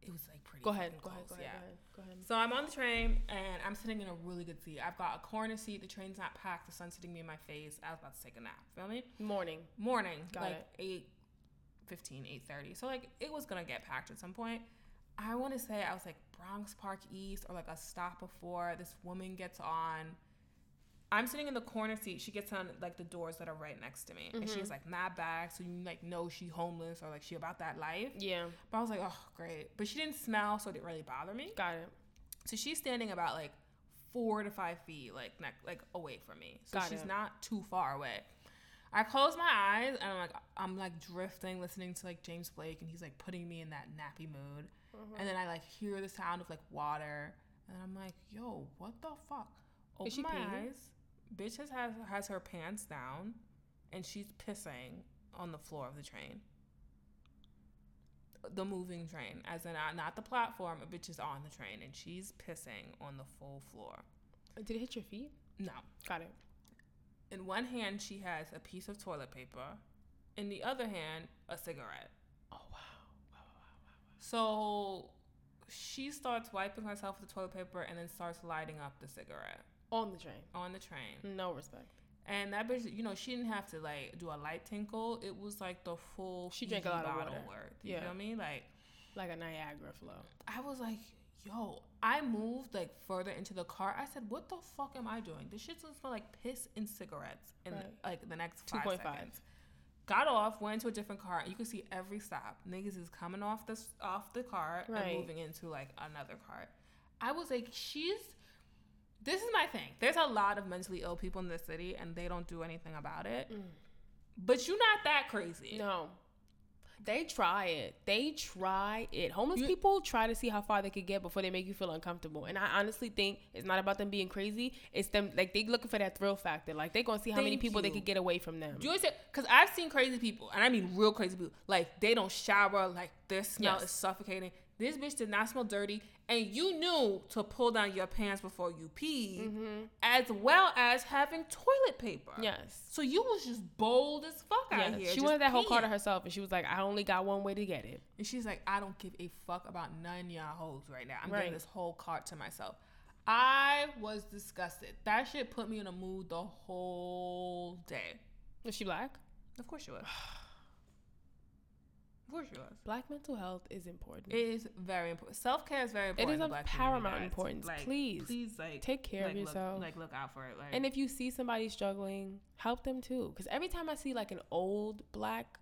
It was like pretty. Go ahead. fucking Go ahead. close, Go ahead. yeah. Go ahead. So I'm on the train and I'm sitting in a really good seat. I've got a corner seat. The train's not packed. The sun's hitting me in my face. I was about to take a nap. Feel me? Morning. morning, Got like it. eight fifteen, eight thirty. 8.15, 8.30. So, like, it was going to get packed at some point. I want to say I was, like, Bronx Park East or, like, a stop before this woman gets on. I'm sitting in the corner seat. She gets on, like, the doors that are right next to me. And Mm-hmm. she's, like, not back. So, you, like, know she homeless or, like, she about that life. Yeah. But I was like, oh, great. But she didn't smell, so it didn't really bother me. Got it. So she's standing about like four to five feet, like neck, like away from me. So Got she's it. not too far away. I close my eyes and I'm like I'm like drifting, listening to like James Blake, and he's like putting me in that nappy mood. And then I like hear the sound of like water, and I'm like, yo, what the fuck? Open she my peeing? eyes. Bitch has, has has her pants down, and she's pissing on the floor of the train. The moving train, as in uh, not the platform. A bitch is on the train, and she's pissing on the full floor. Did it hit your feet? No, Got it. in one hand she has a piece of toilet paper, in the other hand a cigarette. Oh wow. So she starts wiping herself with the toilet paper and then starts lighting up the cigarette On the train. on the train. No respect. And that bitch, you know, she didn't have to like do a light tinkle. It was like the full. She drank a Fiji lot of bottle water. worth, You Yeah. know what I mean? Like Like a Niagara flow. I was like, yo. I moved like further into the car. I said, what the fuck am I doing? This shit's gonna smell like piss and cigarettes in Right. like the next Two five point seconds. five. got off, went to a different car. You could see every stop. Niggas is coming off this off the car Right. and moving into like another car. I was like, she's this is my thing. There's a lot of mentally ill people in this city and they don't do anything about it. But you're not that crazy. No. They try it. They try it. Homeless people try to see how far they could get before they make you feel uncomfortable. And I honestly think it's not about them being crazy. It's them like they looking for that thrill factor. Like they gonna see how many Thank people they you. could get away from them. You always say, because I've seen crazy people, and I mean real crazy people. Like they don't shower, like their smell Yes. is suffocating. This bitch did not smell dirty, and you knew to pull down your pants before you pee, as well as having toilet paper. Mm-hmm. yes. So you was just bold as fuck out Yes. here. She just wanted that whole car to peeing. herself and she was like, I only got one way to get it. And she's like, I don't give a fuck about none y'all hoes right now. I'm Right. getting this whole cart to myself. I was disgusted. That shit put me in a mood the whole day. Was she black? Of course she was. Of course she was. Black mental health is important. It is very important. Self care is very important. is in the of black community, paramount guys. importance. Like, Please. please, like Take care of like, look- yourself. like look out for it. Like, And if you see somebody struggling, help them too. Because every time I see like an old black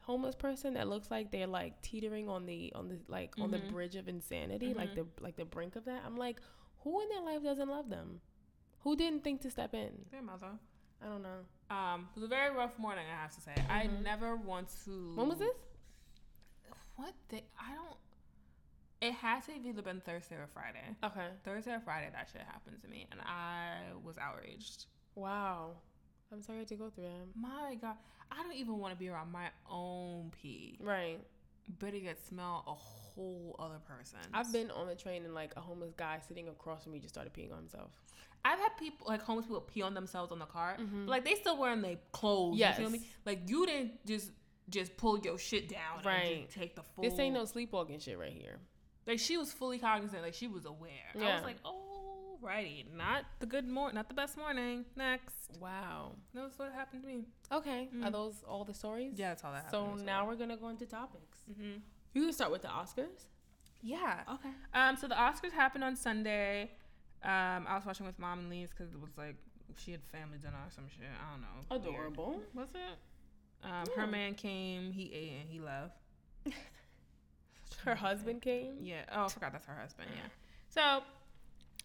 homeless person that looks like they're like teetering on the on the like on the bridge of insanity, like the like the brink of that, I'm like, who in their life doesn't love them? Who didn't think to step in? their mother. I don't know. Um, it was a very rough morning. I have to say. I never want to. Mm-hmm. When was this? What day? I don't. It has to have either been Thursday or Friday. Okay. Thursday or Friday, that shit happened to me, and I was outraged. Wow. I'm sorry I had to go through that. My God, I don't even want to be around my own pee. Right. Better yet, smell a whole other person. I've been on the train and like a homeless guy sitting across from me just started peeing on himself. I've had people like homeless people pee on themselves on the car, but like they still wearing their clothes. Mm-hmm. Yes. You feel me? Like you didn't just just pull your shit down and Right. just take the full. This ain't no sleepwalking shit right here. Like she was fully cognizant. Like she was aware. I Yeah. was like, oh righty, not the good morning, not the best morning. Next, Wow. that's what happened to me. Okay. Are those all the stories? Mm. Yeah, that's all that So happened. as now well. we're gonna go into topics. Mm-hmm. You can start with the Oscars. yeah. Okay. Um, so the Oscars happened on Sunday. Um, I was watching with mom and Lee's because it was like she had family dinner or some shit. I don't know. Weird. Adorable. Was it? Um, Her man came, he ate, and he left. Her husband came. Yeah. Oh, I forgot that's her husband. Yeah.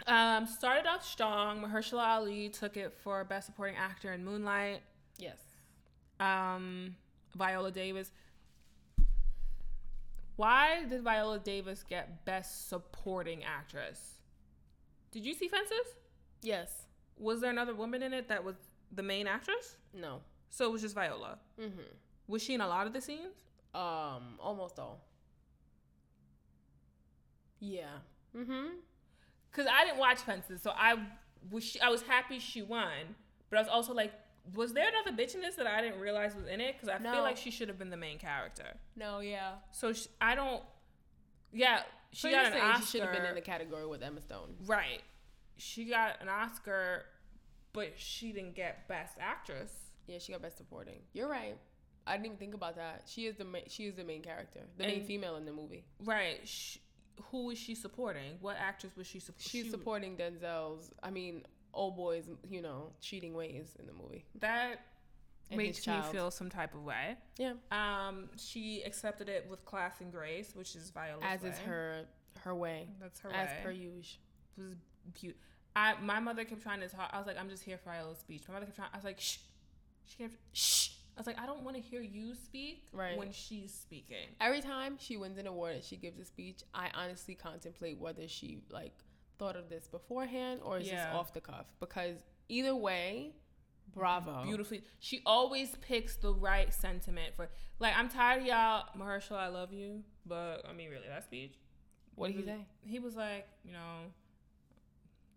So, um, started off strong. Mahershala Ali took it for Best Supporting Actor in Moonlight. Yes. Um, Viola Davis. Why did Viola Davis get Best Supporting Actress? Did you see Fences? Yes. Was there another woman in it that was the main actress? No. So it was just Viola. Mm-hmm. Was she in a lot of the scenes? Um. Almost all. Yeah. Mm-hmm. Cause I didn't watch Fences, so I was she, I was happy she won, but I was also like, was there another bitch in this that I didn't realize was in it? Cause I No. feel like she should have been the main character. No. Yeah. So sh I don't. Yeah, she She got an Oscar. She should have been in the category with Emma Stone. right. She got an Oscar, but she didn't get Best Actress. Yeah, she got best supporting. You're right. I didn't even think about that. She is the ma- she is the main character, the main And- Oh, female in the movie. Right. Sh who was she supporting? What actress was she supporting? She's supporting Denzel's. I mean, old boys. You know, cheating ways in the movie. That And his makes me child. feel some type of way. Yeah, Um, she accepted it with class and grace, which is Viola's as is way. her her way. That's her as way. per usual. It was beautiful. I my mother kept trying to talk. I was like, I'm just here for Viola's speech. My mother kept trying. I was like, shh. She kept shh. I was like, I don't want to hear you speak Right. when she's speaking. Every time she wins an award and she gives a speech, I honestly contemplate whether she like thought of this beforehand or is this Yeah. off the cuff. Because either way, bravo. Beautifully, she always picks the right sentiment for. Like, I'm tired of y'all, Mahershala. I love you, but I mean, really, that speech. What did he was- say? He was like, you know,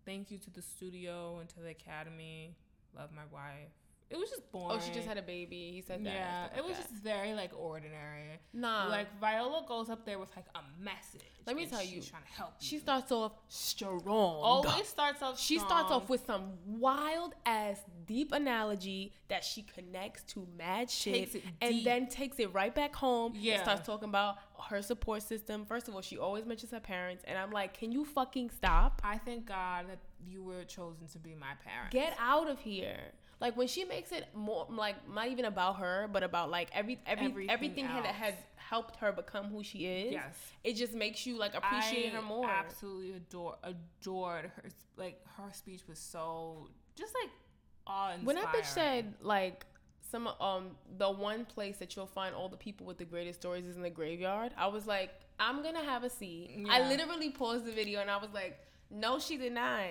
thank you to the studio and to the academy. Love my wife. It was just boring. Oh, she just had a baby. He said that. and Yeah, stuff it like was that. just very like ordinary. nah. Like Like Viola goes up there with like a message. Uh, Let me and tell she's you, trying to help. she you. starts off strong. always starts off. She starts strong. off with some wild ass deep analogy that she connects to mad shit Takes it deep. and then takes it right back home Yeah. and starts talking about her support system. First of all, she always mentions her parents and I'm like, "Can you fucking stop? I thank God that you were chosen to be my parent. Get out of here." Like when she makes it more like not even about her, but about like every every everything, Everything that else. has helped her become who she is. Yes. It just makes you like appreciate I her more. Absolutely adore adored her. s- Like her speech was so just like awe inspiring. When that bitch said like some um the one place that you'll find all the people with the greatest stories is in the graveyard, I was like, I'm gonna have a seat. Yeah. I literally paused the video and I was like, No, she did not.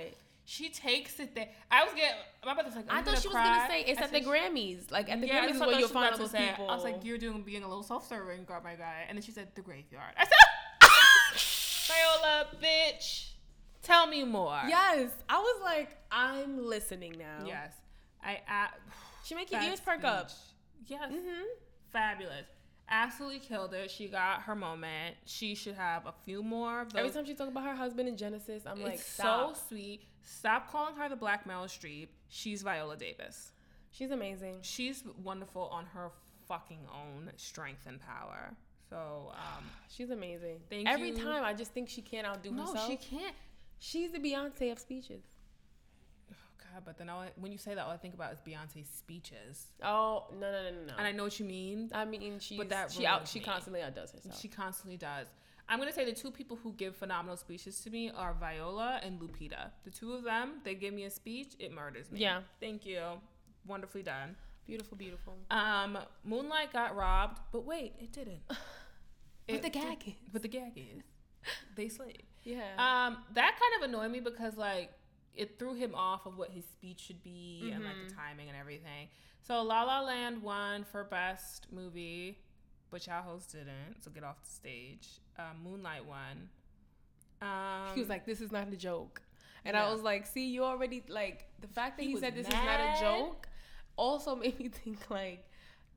she takes it there, I was getting my brother's like, I I'm thought she was cry. gonna say it's I at the said, Grammys. Like at the Yeah, I Grammys just is thought where she you'll was find about all to those say it. people. I was like, you're doing being a little self-serving, girl, my guy. And then she said the graveyard. I said, Viola, bitch, tell me more. Yes. I was like, I'm listening now. Yes. I. I She make your That ears perk up. speech. Yes. Mm-hmm. Fabulous. Absolutely killed it. She got her moment. She should have a few more. Of those. Every time she talk about her husband in Genesis, I'm like, it's stop. so sweet. Stop calling her the Black Meryl Streep. She's Viola Davis. She's amazing. She's wonderful on her fucking own strength and power. So, um, She's amazing. Thank Every you. time I just think she can't outdo herself. can't. She's the Beyonce of speeches. Oh God, but then all I, when you say that, all I think about is Beyonce's speeches, Oh no no no no! no. and I know what you mean. I mean, she's, that she out. ruins She me. constantly outdoes herself. She constantly does. I'm gonna say the two people who give phenomenal speeches to me are Viola and Lupita. The two of them, they give me a speech, it murders me. Yeah. Thank you. Wonderfully done. beautiful, beautiful. Um, Moonlight got robbed, but wait, it didn't. It the did- gag is. But the gag is. They slayed. Yeah. Um, that kind of annoyed me because like it threw him off of what his speech should be and like Mm-hmm. the timing and everything. So La La Land won for best movie, but y'all hosts didn't, so get off the stage. Um, Moonlight won. Um, he was like, "This is not a joke." And I Yeah. was like, see, you already like the fact that He he, was said this is not mad. a joke also made me think like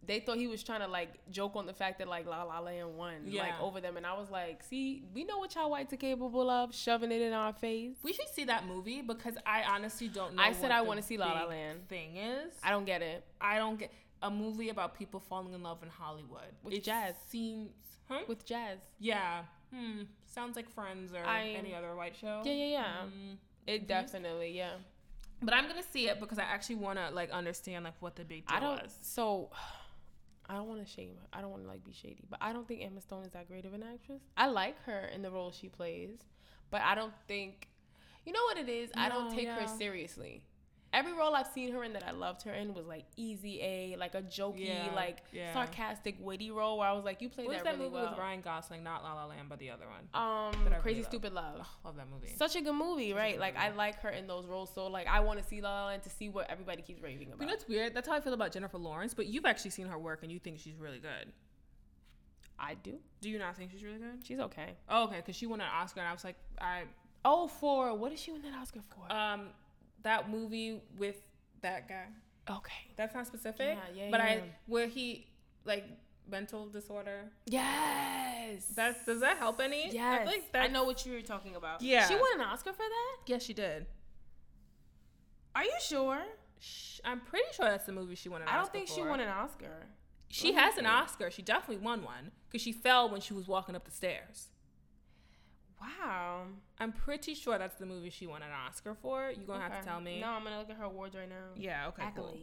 they thought he was trying to like joke on the fact that like La La Land won Yeah. like over them, and I was like, see, we know what y'all whites are capable of, shoving it in our face. We should see that movie because I honestly don't know. I said what I the wanna see La La big Land. Thing is, I don't get it I don't get a movie about people falling in love in Hollywood. With jazz. seems, huh? with jazz. yeah, hmm, sounds like Friends or I- any other white show. Yeah, yeah, yeah. Mm. It definitely, yeah. But I'm gonna see it because I actually want to like understand like what the big deal I don't. was. So, I don't want to shame her. I don't want to like be shady, but I don't think Emma Stone is that great of an actress. I like her in the role she plays, but I don't think. You know what it is? I don't No, take her yeah. seriously. Every role I've seen her in that I loved her in was like easy A, like a jokey, Yeah, like yeah. sarcastic, witty role where I was like, you played What was that, that Uh, really movie well. with Ryan Gosling? Not La La Land, but the other one. Um, that I really Crazy love? Oh, Stupid Love. Love that movie. Such a good movie, right? good like I movie. like her in those roles, so like I want to see La La Land to see what everybody keeps raving about. you know it's weird. That's how I feel about Jennifer Lawrence. But you've actually seen her work and you think she's really good. I do. Do you not think she's really good? She's okay. Oh, okay, because she won an Oscar and I was like, I Oh, for what did she win that Oscar for? um that movie with that guy. okay. That's not specific. Yeah, yeah, But I yeah. where he like mental disorder. Yes. That's does that help any? yes. I I, think that know what you were talking about. Yeah. She won an Oscar for that. Yes, she did. Are you sure? Sh- I'm pretty sure that's the movie she won an I don't Oscar think she for. won an Oscar. She has an Oscar. She definitely won one because she fell when she was walking up the stairs. Wow. I'm pretty sure that's the movie she won an Oscar for. You're gonna have Okay. to tell me. No, I'm gonna look at her awards right now. Yeah. Okay. Accolades. Cool.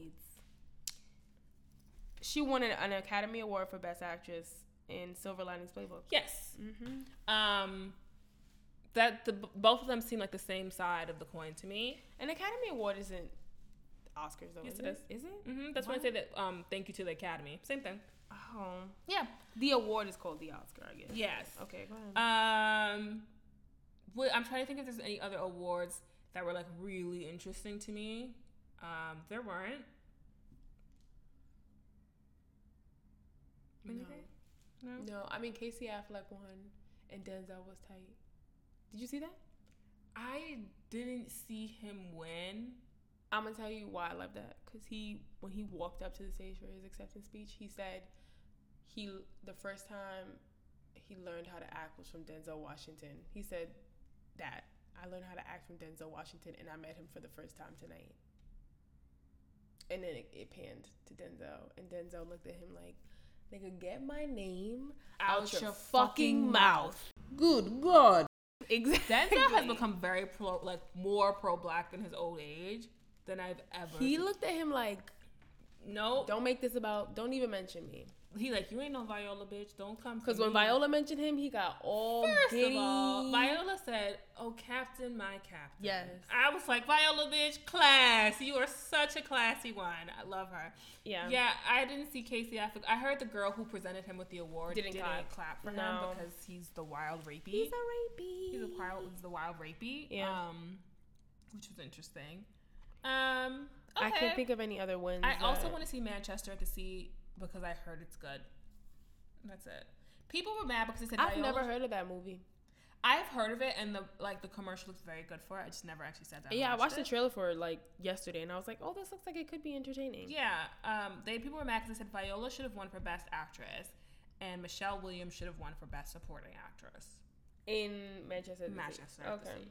She won an, an Academy Award for Best Actress in Silver Linings Playbook. Yes. Mm-hmm. Um, that the both of them seem like the same side of the coin to me. An Academy Award isn't Oscars though. Yes, is it is. Is it? hmm That's why I What? say that. Um, thank you to the Academy. Same thing. Oh. Yeah. The award is called the Oscar, I guess. Yes. Okay. Go ahead. Um, what, I'm trying to think if there's any other awards that were like really interesting to me. Um, there weren't. No. Anything? No. No, I mean Casey Affleck won, and Denzel was tight. Did you see that? I didn't see him win. I'm gonna tell you why I love that. Cause he, when he walked up to the stage for his acceptance speech, he said he the first time he learned how to act was from Denzel Washington. He said that I learned how to act from Denzel Washington, and I met him for the first time tonight. And then it, it panned to Denzel, and Denzel looked at him like, "Nigga, get my name out, your, fucking mouth." Good God. Exactly. Denzel has become very pro, like more pro black in his old age than I've ever. He seen. looked at him like, no. "Don't make this about. Don't even mention me." He like you ain't no Viola bitch. Don't come. for Because when me." Viola mentioned him, he got all Mm-hmm. First giddy. of all, Viola said, "Oh, Captain, my Captain." Yes. I was like, Viola, bitch, class. You are such a classy one. I love her. yeah. Yeah, I didn't see Casey Affleck. I heard the girl who presented him with the award didn't, Didn't clap. clap. for him No. because he's the wild rapey. He's a rapey. He's a wild, he's the wild rapey. Yeah. Um, which was interesting. Um, I okay. can't think of any other ones. I also that- want to see Manchester to see because I heard it's good. That's it. People were mad because they said I've Viola- never heard of that movie. I've heard of it, and the like the commercial looks very good for it. I just never actually sat down. and yeah, I watched it. the trailer for it like yesterday, and I was like, "Oh, this looks like it could be entertaining." Yeah, um, they people were mad because they said Viola should have won for Best Actress, and Michelle Williams should have won for Best Supporting Actress. In Manchester. this Manchester. week. at the Okay. Sea.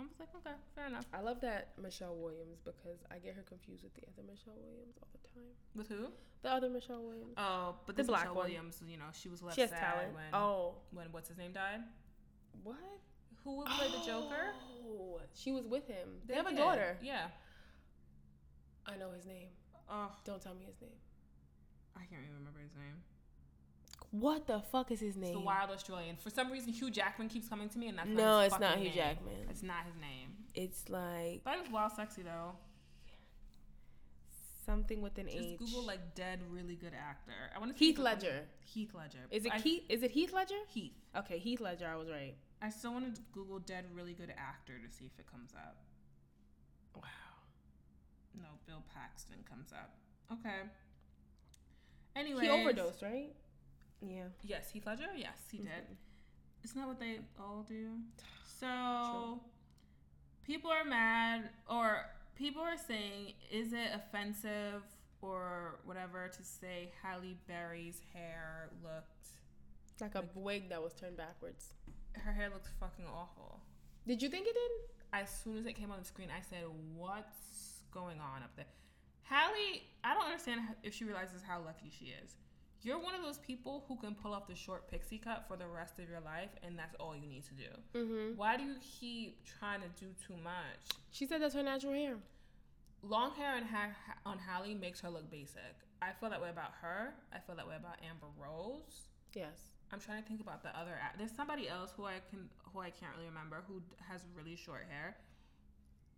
I was like, okay, fair enough. I love that Michelle Williams because I get her confused with the other Michelle Williams all the time. With who? The other Michelle Williams. Oh, but The this black Michelle one. Williams, you know, she was left she has sad talent. when Oh, when what's his name died. what? Who would play the Joker? Oh, she was with him. They, have a did. daughter. Yeah. I know his name. Oh, Don't tell me his name. I can't even remember his name. What the fuck is his name? It's the Wild Australian. For some reason, Hugh Jackman keeps coming to me, and that's No, his it's not fucking Hugh name. Jackman. It's not his name. It's like But it was wild sexy though. something with an Just H. Google like dead really good actor. I want to Heath Ledger. Heath Ledger. Is it I- Keith? Is it Heath Ledger? Heath. Okay, Heath Ledger. I was right. I still want to Google dead really good actor to see if it comes up. Wow. No, Bill Paxton comes up. Okay. Anyway, He overdosed, Mm-hmm. right? Yeah. Yes, Heath Ledger. Yes, he did. Mhm. Isn't that what they all do? So, people are mad or people are saying is it offensive or whatever to say Halle Berry's hair looked Like a wig that was turned backwards. her hair looked fucking awful. Did you think it did? As soon as it came on the screen, I said, "What's going on up there?" Hallie, I don't understand h- if she realizes how lucky she is. You're one of those people who can pull off the short pixie cut for the rest of your life, and that's all you need to do. Mm-hmm. Why do you keep trying to do too much? She said that's her natural hair. long hair on, ha- on Hallie makes her look basic. I feel that way about her. I feel that way about Amber Rose. Yes. I'm trying to think about the other. act- There's somebody else who I can who I can't really remember who d- has really short hair.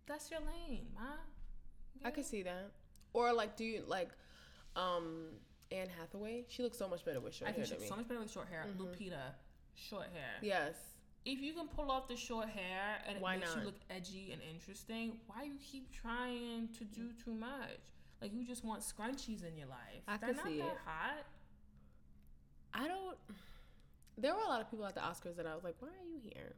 That's your lane, ma. I could see that. Or like, do you like, um, Anne Hathaway? She looks so much better with short I hair think than she's me. so much better with short hair. Mm-hmm. Lupita, short hair. yes. If you can pull off the short hair and it Why makes you not? look edgy and interesting, why you keep trying to do too much? Like you just want scrunchies in your life. I They're could not see that it. hot. I don't. There were a lot of people at the Oscars that I was like, why are you here?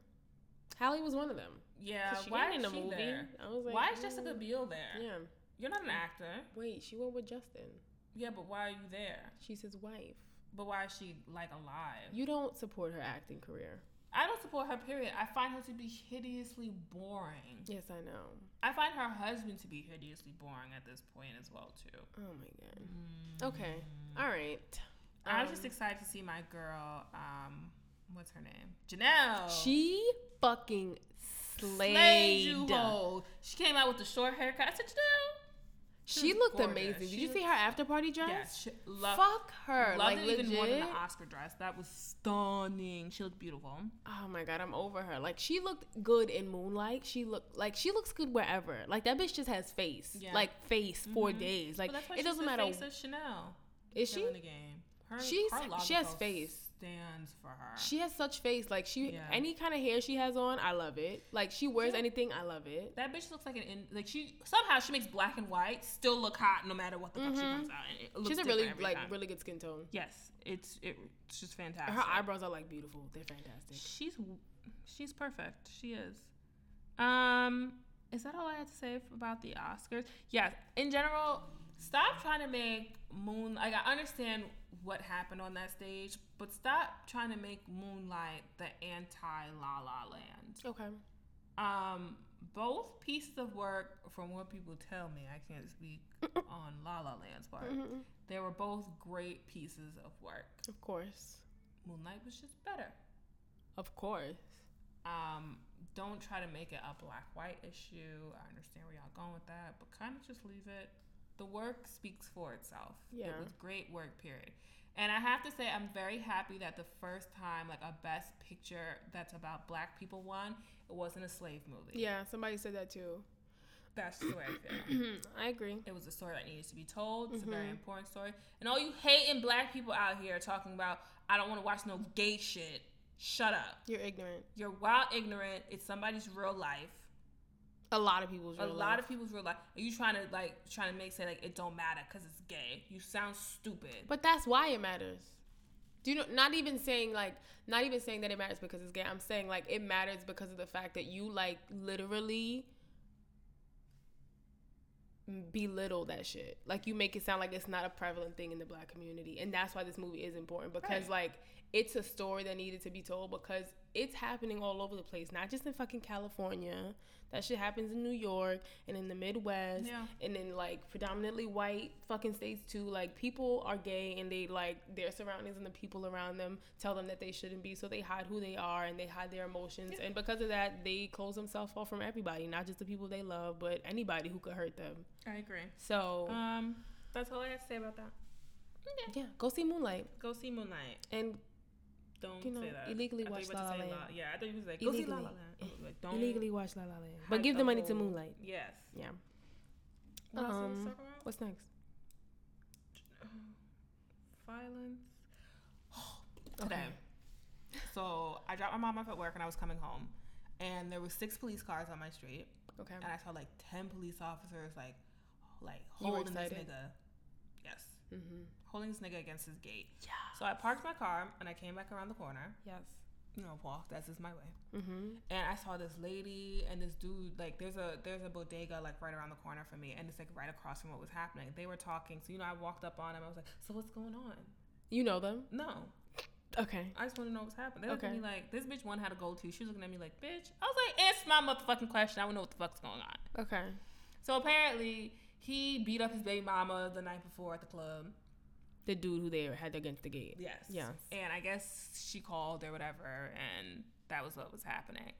Hallie was one of them. Yeah, 'Cause she why is ain't in the she movie. there? I was like, why is mm, Jessica Biel there? Yeah. You're not an actor. Wait, she went with Justin. Yeah, but why are you there? She's his wife. But why is she like alive? You don't support her acting career. I don't support her. Period. I find her to be hideously boring. Yes, I know. I find her husband to be hideously boring at this point as well too. Oh my god. Okay. All right. I was Um, just excited to see my girl. Um, what's her name? Janelle. She fucking Oh. slayed. Slay you whole. She came out with the short haircut. I said, Janelle. She was looked gorgeous. amazing. Did She you see was- her after party dress? Yes. She, love, Fuck her. Loved like it legit. even more than the Oscar dress. That was stunning. She looked beautiful. oh my god, I'm over her. Like she looked good in Moonlight. She looked like she looks good wherever. Like that bitch just has face. Yeah. Mm-hmm. Like face for days. Like But that's why it she's doesn't the matter. Face of Chanel. Is she? Killing the game. Her, She's- Karl she has Lagerfeld face. Stands for her. She has such face. Like she Yeah. any kind of hair she has on, I love it. Like she wears Yeah. anything, I love it. that bitch looks like an in, like she somehow she makes black and white still look hot no matter what the fuck she comes out. in. It looks Mm-hmm. She's a different really every like time. really good skin tone. yes. It's it, it's just fantastic. Her eyebrows are like beautiful. They're fantastic. She's she's perfect. She is. Um, is that all I had to say f- about the Oscars? Yes. In general, stop trying to make Moon. Like I understand what happened on that stage, but stop trying to make Moonlight the anti La La Land. Okay. Um, both pieces of work, from what people tell me, I can't speak on La La Land's part. Mm-hmm. They were both great pieces of work. Of course. Moonlight was just better. Of course. Um, don't try to make it a black white issue. I understand where y'all going with that, but kind of just leave it. The work speaks for itself. It Yeah. was great work, period. And I have to say, I'm very happy that the first time, like a best picture that's about black people won, it wasn't a slave movie. Yeah, somebody said that too. That's the way I feel. I agree. It was a story that needed to be told. It's Mm-hmm. a very important story. And all you hating black people out here talking about, I don't want to watch no gay shit. Shut up. You're ignorant. You're wild ignorant. It's somebody's real life. A lot of people's a lot of people's real life. Are you trying to like trying to make say like it don't matter because it's gay? You sound stupid. But that's why it matters. Do you know? Not even saying like, not even saying that it matters because it's gay. I'm saying like it matters because of the fact that you like literally belittle that shit. Like you make it sound like it's not a prevalent thing in the black community, and that's why this movie is important because Right. like it's a story that needed to be told because it's happening all over the place, not just in fucking California. That shit happens in New York and in the Midwest Yeah. and in like predominantly white fucking states too like people are gay and they like their surroundings and the people around them tell them that they shouldn't be so they hide who they are and they hide their emotions and because of that they close themselves off from everybody not just the people they love but anybody who could hurt them I agree. so Um, that's all I have to say about that. yeah go see moonlight Go see Moonlight. and Don't You know, say that. illegally I thought you watch were about to La La say Land. Yeah, I thought you was like go see La La Illegally. Land. I was Like, don't illegally watch la la land hype but give the money to whole- moonlight Yes. yeah What else is Um, talk about? what's next violence. Today. So I dropped my mom off at work and I was coming home, and there were six police cars on my street. okay and I saw like ten police officers like like You were holding this excited? nigga. Yes. Mm-hmm. Holding this nigga against his gate. Yeah. So I parked my car and I came back around the corner yes you know, walk. That's just my way. Mm-hmm. And I saw this lady and this dude. Like, there's a there's a bodega like right around the corner from me, and it's like right across from what was happening. They were talking, so you know, I walked up on them. I was like, "So what's going on?" You know them. No, Okay. I just want to know what's happening. They looked at Okay. me like this bitch one had a gold tooth. She was looking at me like, "Bitch." I was like, "It's my motherfucking question. I want to know what the fuck's going on." Okay. So apparently, he beat up his baby mama the night before at the club. The dude who they had against the gate. Yes. Yes. And I guess she called or whatever, and that was what was happening.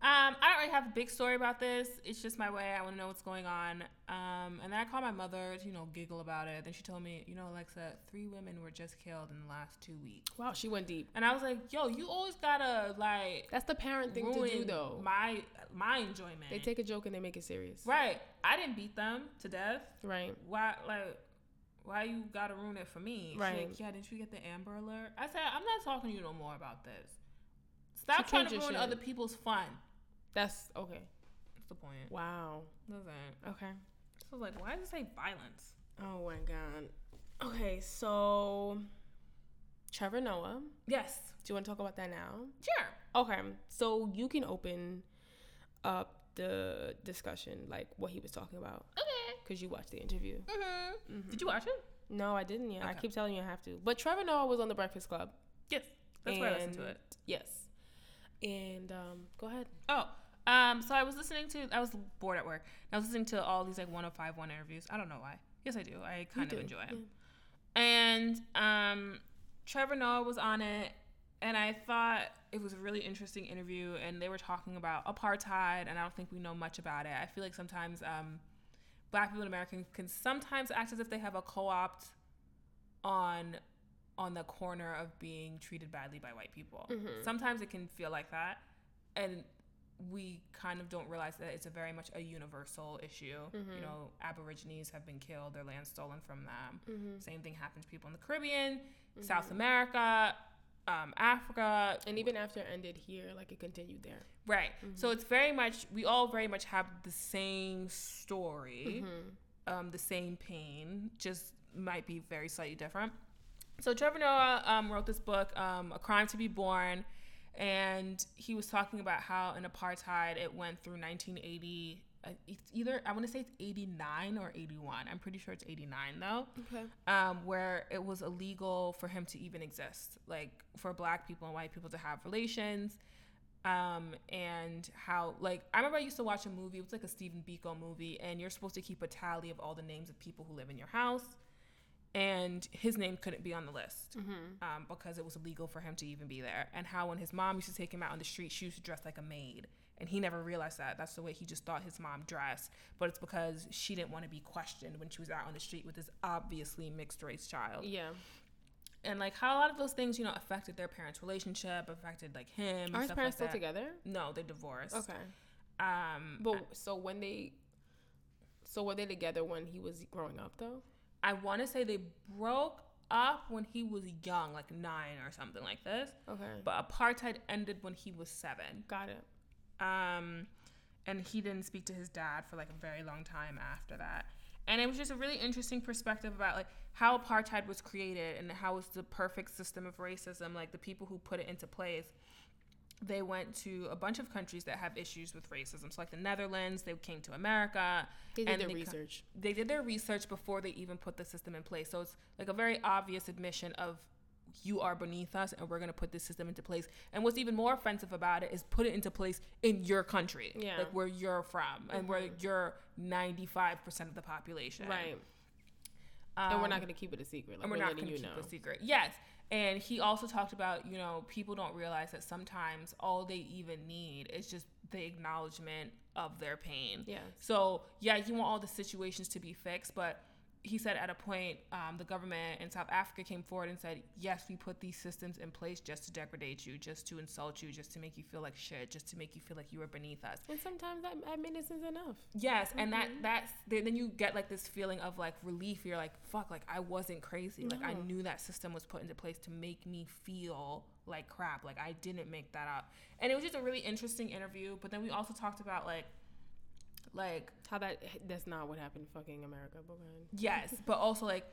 Um, I don't really have a big story about this. It's just my way. I want to know what's going on. Um, and then I called my mother to, you know, giggle about it. Then she told me, you know, Alexa, three women were just killed in the last two weeks. Wow, she went deep. And I was like, yo, you always gotta like That's the parent thing to do, ruin though. my my enjoyment. they take a joke and they make it serious. right. I didn't beat them to death. Right. Why like why you gotta ruin it for me? She's Right. like, yeah, didn't you get the Amber Alert? I said, I'm not talking to you no more about this. Stop She trying killed to your ruin shit. other people's fun. That's okay. That's the point. Wow. Listen, Okay. so like, why does it say violence? Oh my god. Okay, so Trevor Noah. Yes, Do you want to talk about that now? sure. Okay, so you can open up the discussion, like what he was talking about, Okay. because you watched the interview. Mm-hmm. Did you watch it? No, I didn't yet. I Okay. keep telling you I have to. But Trevor Noah was on The Breakfast Club. Yes, that's where I listened to and- it. Yes. And um, go ahead. Oh, um, so I was listening to, I was bored at work. And I was listening to all these like 1051 interviews. I don't know why. Yes, I do. I kind of do, enjoy them. And um, Trevor Noah was on it. And I thought it was a really interesting interview. And they were talking about apartheid. And I don't think we know much about it. I feel like sometimes um, black people in America can sometimes act as if they have a co opt on on the corner of being treated badly by white people. Sometimes it can feel like that, and we kind of don't realize that it's a very much a universal issue. You know, Aborigines have been killed, their land stolen from them. Mm-hmm. Same thing happens to people in the Caribbean, South America, um, Africa, And even after it ended here, like it continued there. Right. So it's very much we all very much have the same story, um, the same pain, just might be very slightly different. So Trevor Noah um, wrote this book, um, A Crime to Be Born, and he was talking about how in apartheid it went through 1980. uh, It's either I want to say it's 89 or 81. I'm pretty sure it's 89 though Okay. um, where it was illegal for him to even exist, like for black people and white people to have relations. Um, and how, like, I remember I used to watch a movie, it was like a Stephen Biko movie, and you're supposed to keep a tally of all the names of people who live in your house. And his name couldn't be on the list Mm-hmm. um, because it was illegal for him to even be there. And how, when his mom used to take him out on the street, she used to dress like a maid. And he never realized that. That's the way he just thought his mom dressed. But it's because she didn't want to be questioned when she was out on the street with this obviously mixed race child. Yeah. And like how a lot of those things, you know, affected their parents' relationship, affected like him. and Are his stuff parents like still that. together? No, they're divorced. Okay. Um, But so when they, so were they together when he was growing up though? I want to say they broke up when he was young, like nine or something like this. Okay. But apartheid ended when he was seven. Got it. um, and he didn't speak to his dad for like a very long time after that and it was just a really interesting perspective about like how apartheid was created and how it's the perfect system of racism like the people who put it into place they went to a bunch of countries that have issues with racism so like the netherlands they came to america They did their co- research. they did their research before they even put the system in place. So it's like a very obvious admission of you are beneath us and we're going to put this system into place. And what's even more offensive about it is put it into place in your country, Yeah. Mm-hmm. like where you're from and where you're 95% of the population. Right. Um, and we're not going to keep it a secret. Like, and we're, we're not letting going to you keep know. a secret. Yes. And he also talked about, you know, people don't realize that sometimes all they even need is just the acknowledgement of their pain. Yes. So, yeah, you want all the situations to be fixed, but he said at a point, um, the government in South Africa came forward and said, yes, we put these systems in place just to degrade you, just to insult you, just to make you feel like shit, just to make you feel like you are beneath us. And sometimes that, that minute is enough. Yes, and that that's then then you get like this feeling of like relief. You're like, fuck, like I wasn't crazy. Like I knew that system was put into place to make me feel like crap. Like I didn't make that up. And it was just a really interesting interview. But then we also talked about like like How that that's not what happened in fucking America, but go ahead. yes, but also like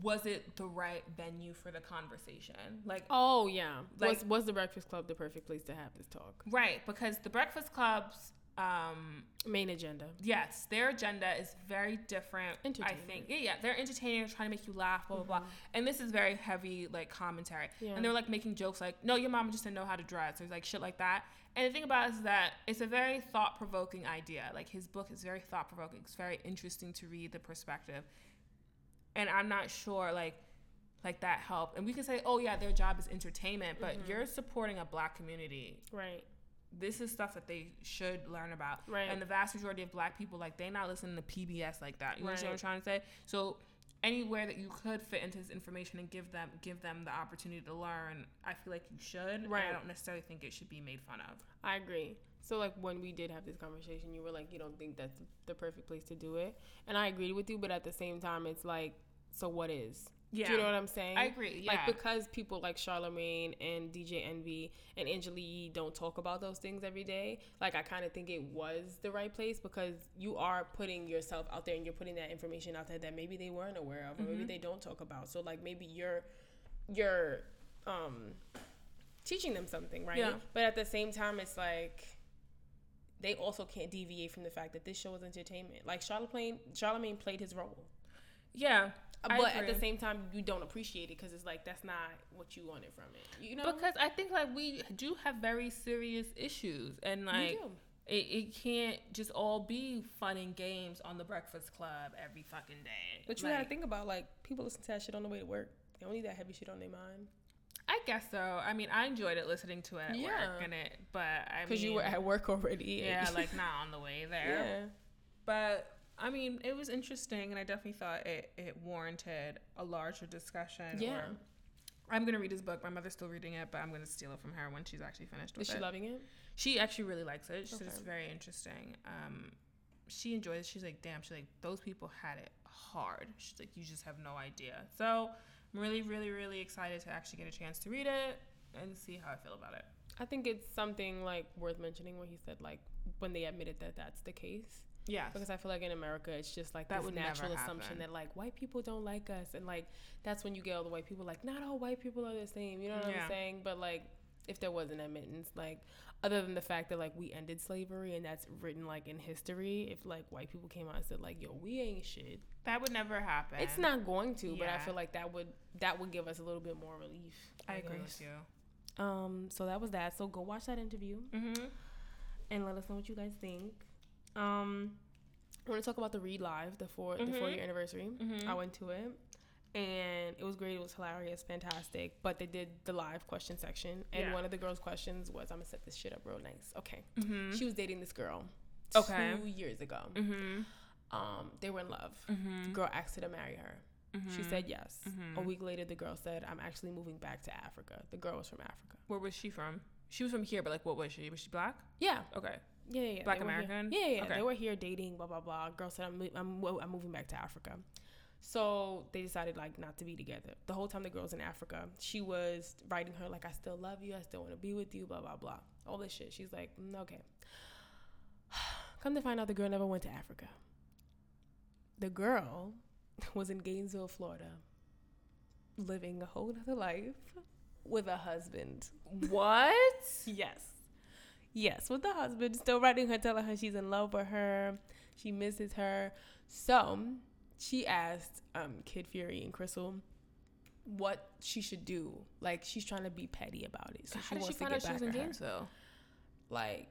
was it the right venue for the conversation? Like, Oh yeah. Like- was was the Breakfast Club the perfect place to have this talk? right, because the Breakfast Club's, um, Main agenda. yes, their agenda is very different. I think, Entertainment. Mm-hmm. yeah, yeah, they're entertaining, they're trying to make you laugh, blah blah blah. And this is very heavy, like commentary. Yeah. And they're like making jokes, like, "No, your mom just didn't know how to dress," or like shit like that. And the thing about it is that it's a very thought provoking idea. Like his book is very thought provoking. It's very interesting to read the perspective. And I'm not sure, like. Like that helped, and we can say, "Oh yeah, their job is entertainment," but Mm-hmm. you're supporting a black community Right. this is stuff that they should learn about. Right. And the vast majority of black people, like, they not listening to PBS like that. You understand what I'm Right. trying to say? So anywhere that you could fit into this information and give them give them the opportunity to learn, I feel like you should. and I Right. don't necessarily think it should be made fun of. I agree. So like when we did have this conversation, you were like, you don't think that's the perfect place to do it, and I agreed with you. But at the same time, it's like, so what is? Do Yeah. you know what I'm saying? I agree, yeah. Like because people like Charlemagne and DJ Envy and Angela Yee don't talk about those things every day. Like I kind of think it was the right place because you are putting yourself out there and you're putting that information out there that maybe they weren't aware of or Mm-hmm. maybe they don't talk about. So like maybe you're you're um teaching them something, right? Yeah. But at the same time, it's like they also can't deviate from the fact that this show is entertainment. Like Charlemagne, Charlemagne played his role, Yeah. I but at agree. the same time, you don't appreciate it because it's like that's not what you wanted from it. You know? because I think like we do have very serious issues and like do. it, it can't just all be fun and games on the Breakfast Club every fucking day. but you Like, gotta think about like people listen to that shit on the way to work. They don't need that heavy shit on their mind. I guess so. I mean, I enjoyed it listening to it at Yeah. work and it, but I Because you mean- were at work already. yeah, like not on the way there. yeah. But I mean, it was interesting, and I definitely thought it it warranted a larger discussion. Yeah. or- I'm gonna read his book. My mother's still reading it, but I'm gonna steal it from her when she's actually finished with Is she it. loving it? she actually really likes it. She said it's Okay. very interesting. Um, she enjoys it. She's like, damn. She's like, those people had it hard. She's like, you just have no idea. So I'm really, really, really excited to actually get a chance to read it and see how I feel about it. I think it's something like worth mentioning when he said like when they admitted that that's the case. Yeah. Because I feel like in America, it's just like That this would never natural assumption happen. that like white people don't like us, and like that's when you get all the white people like not all white people are the same. You know what Yeah. I'm saying? But like if there was an admittance, like other than the fact that like we ended slavery and that's written like in history, if like white people came out and said like yo we ain't shit, That would never happen. it's not going to. But I Yeah. feel like that would that would give us a little bit more relief. I agree guess. with you. Um, so that was that. So go watch that interview Mm-hmm. and let us know what you guys think. Um, I want to talk about the Read Live, the 4 the Mm-hmm. four year anniversary. I went to it, and it was great. It was hilarious, fantastic. But they did the live question section, and Yeah. one of the girls' questions was, "I'm gonna set this shit up real nice." Okay, Mm-hmm. she was dating this girl. Okay. Mm-hmm. Two years ago, um, they were in love. The girl asked her to marry her. She Mm-hmm. said yes. A week later, the girl said, "I'm actually moving back to Africa." The girl was from Africa. Where was she from? She was from here, but like, what was she? Was she black? Yeah, Okay. yeah, yeah, yeah. Black They were here- American? Yeah, yeah. yeah. Okay. They were here dating, blah blah blah. Girl said, "I'm mo- I'm well, I'm moving back to Africa," so they decided like not to be together. The whole time the girl's in Africa, she was writing her like, "I still love you. I still want to be with you." Blah blah blah. All this shit. She's like, mm, "Okay." Come to find out, the girl never went to Africa. The girl was in Gainesville, Florida, living a whole other life with a husband. What? Yes. Yes, with the husband still writing her, telling her she's in love with her, she misses her. So she asked um, Kid Fury and Crystal what she should do. Like she's trying to be petty about it. So she How did wants she to find get out she back was in at her. Gainesville? Like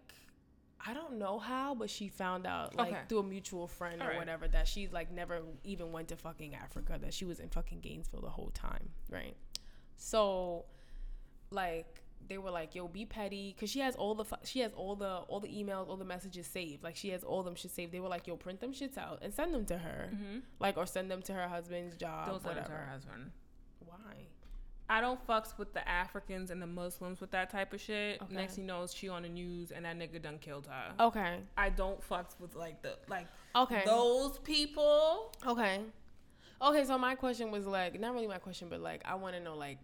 I don't know how, but she found out like Okay. through a mutual friend or Alright. whatever that she like never even went to fucking Africa. That she was in fucking Gainesville the whole time, right? So like they were like, "Yo, be petty," because she has all the fu- she has all the all the emails, all the messages saved. Like she has all them shit saved. They were like, "Yo, print them shits out and send them to her, like or send them to her husband's job, Don't Mm-hmm. send it whatever." to her husband. Why? I don't fucks with the Africans and the Muslims with that type of shit. Okay. Next, thing you know, it's she on the news and that nigga done killed her. Okay, I don't fucks with like the like Oh, okay, those people. okay, okay. So my question was like, not really my question, but like I want to know like,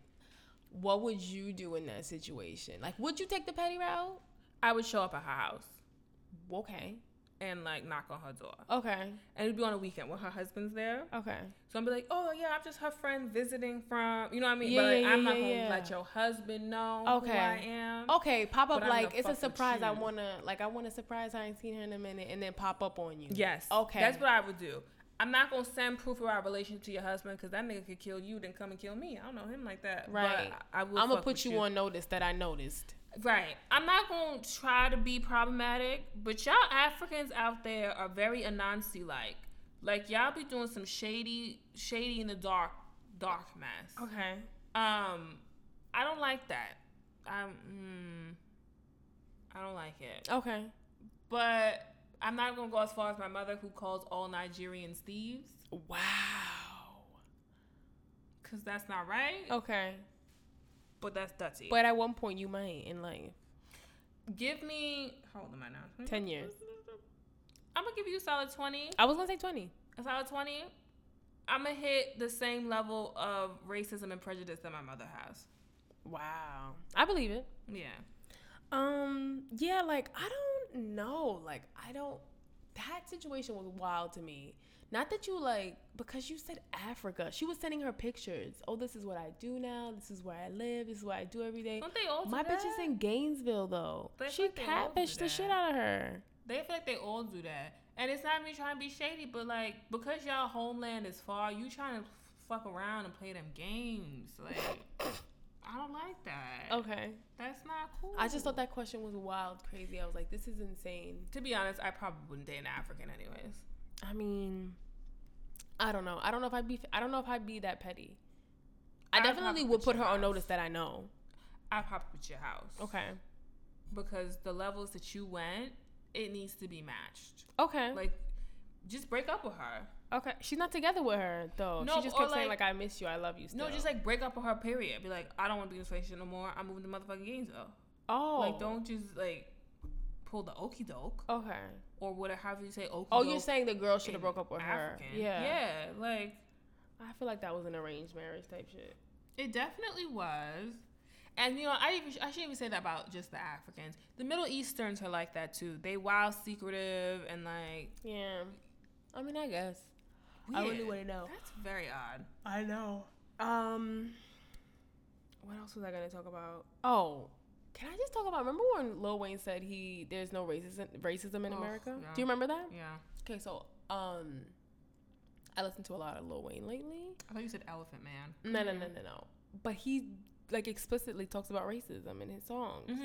what would you do in that situation? Like, would you take the petty route? I would show up at her house. Okay, and like knock on her door. Okay. And it'd be on a weekend when her husband's there. Okay. So I'm be like, oh yeah, I'm just her friend visiting from, you know what I mean? Yeah, but like, yeah, I'm yeah, not yeah, gonna yeah. let your husband know Okay. who I am. Okay. Pop up But I'm like gonna it's a fuck with surprise. I you. wanna like I wanna surprise her. I ain't seen her in a minute, and then pop up on you. Yes. Okay. That's what I would do. I'm not gonna send proof of our relationship to your husband because that nigga could kill you, then come and kill me. I don't know him like that. Right. But I I will. I'm gonna fuck put with you, you on notice that I noticed. Right. I'm not gonna try to be problematic, but y'all Africans out there are very Anansi like. Like y'all be doing some shady, shady in the dark, dark mess. Okay. Um, I don't like that. I'm, mm, I don't like it. Okay. But I'm not gonna go as far as my mother who calls all Nigerians thieves, Wow. cause that's not right. Okay. But that's dirty. But at one point you might in like give me how old am I now? ten years. I'm gonna give you a solid twenty. I was gonna say twenty. If I was 20, I'm going to hit the same level of racism and prejudice that my mother has. Wow. I believe it. Yeah. Um, yeah, like I don't know. Like I don't that situation was wild to me. Not that you like because you said Africa. She was sending her pictures. Oh, this is what I do now. This is where I live. This is what I do every day. Don't they all do My that? bitch is in Gainesville though. But I she feel like they all do catfished the that. shit out of her. They feel like they all do that. And it's not me trying to be shady, but like, because y'all homeland is far, you trying to fuck around and play them games. Like, I don't like that. Okay. That's not cool. Oh. I just thought that question was wild, crazy. I was like, this is insane. To be honest, I probably wouldn't date an African, anyways. I mean, I don't know. I don't know if I'd be. I don't know if I'd be that petty. I I'd definitely probably would put put you her on out. notice that I know. I pop up at your house. Okay. Because the levels that you went, it needs to be matched. Okay. Like, just break up with her. okay. She's not together with her though. No, she just or kept saying like- like, "I miss you. I love you." Still. No, just like break up with her. Period. Be like, I don't want to be in this relationship no more. I'm moving to motherfucking Gainesville. oh, Like, don't just like pull the okey doke Okay. or whatever. However you say okey. Oh, you're saying the girl should have broke up with her? Yeah, Yeah. yeah. Like, I feel like that was an arranged marriage type shit. it definitely was. And you know, I even I shouldn't even say that about just the Africans. The Middle Easterns are like that too. They wild, secretive, and like Yeah. I mean, I guess. I really weird. wanna know. That's very odd. I know. Um, what else was I gonna talk about? Oh, can I just talk about? Remember when Lil Wayne said he there's no racism racism in Ugh, America? yeah. Do you remember that? Yeah, Okay, so um, I listened to a lot of Lil Wayne lately. I thought you said Elephant Man. No, no, no, no, no. But he like explicitly talks about racism in his songs. Mm-hmm.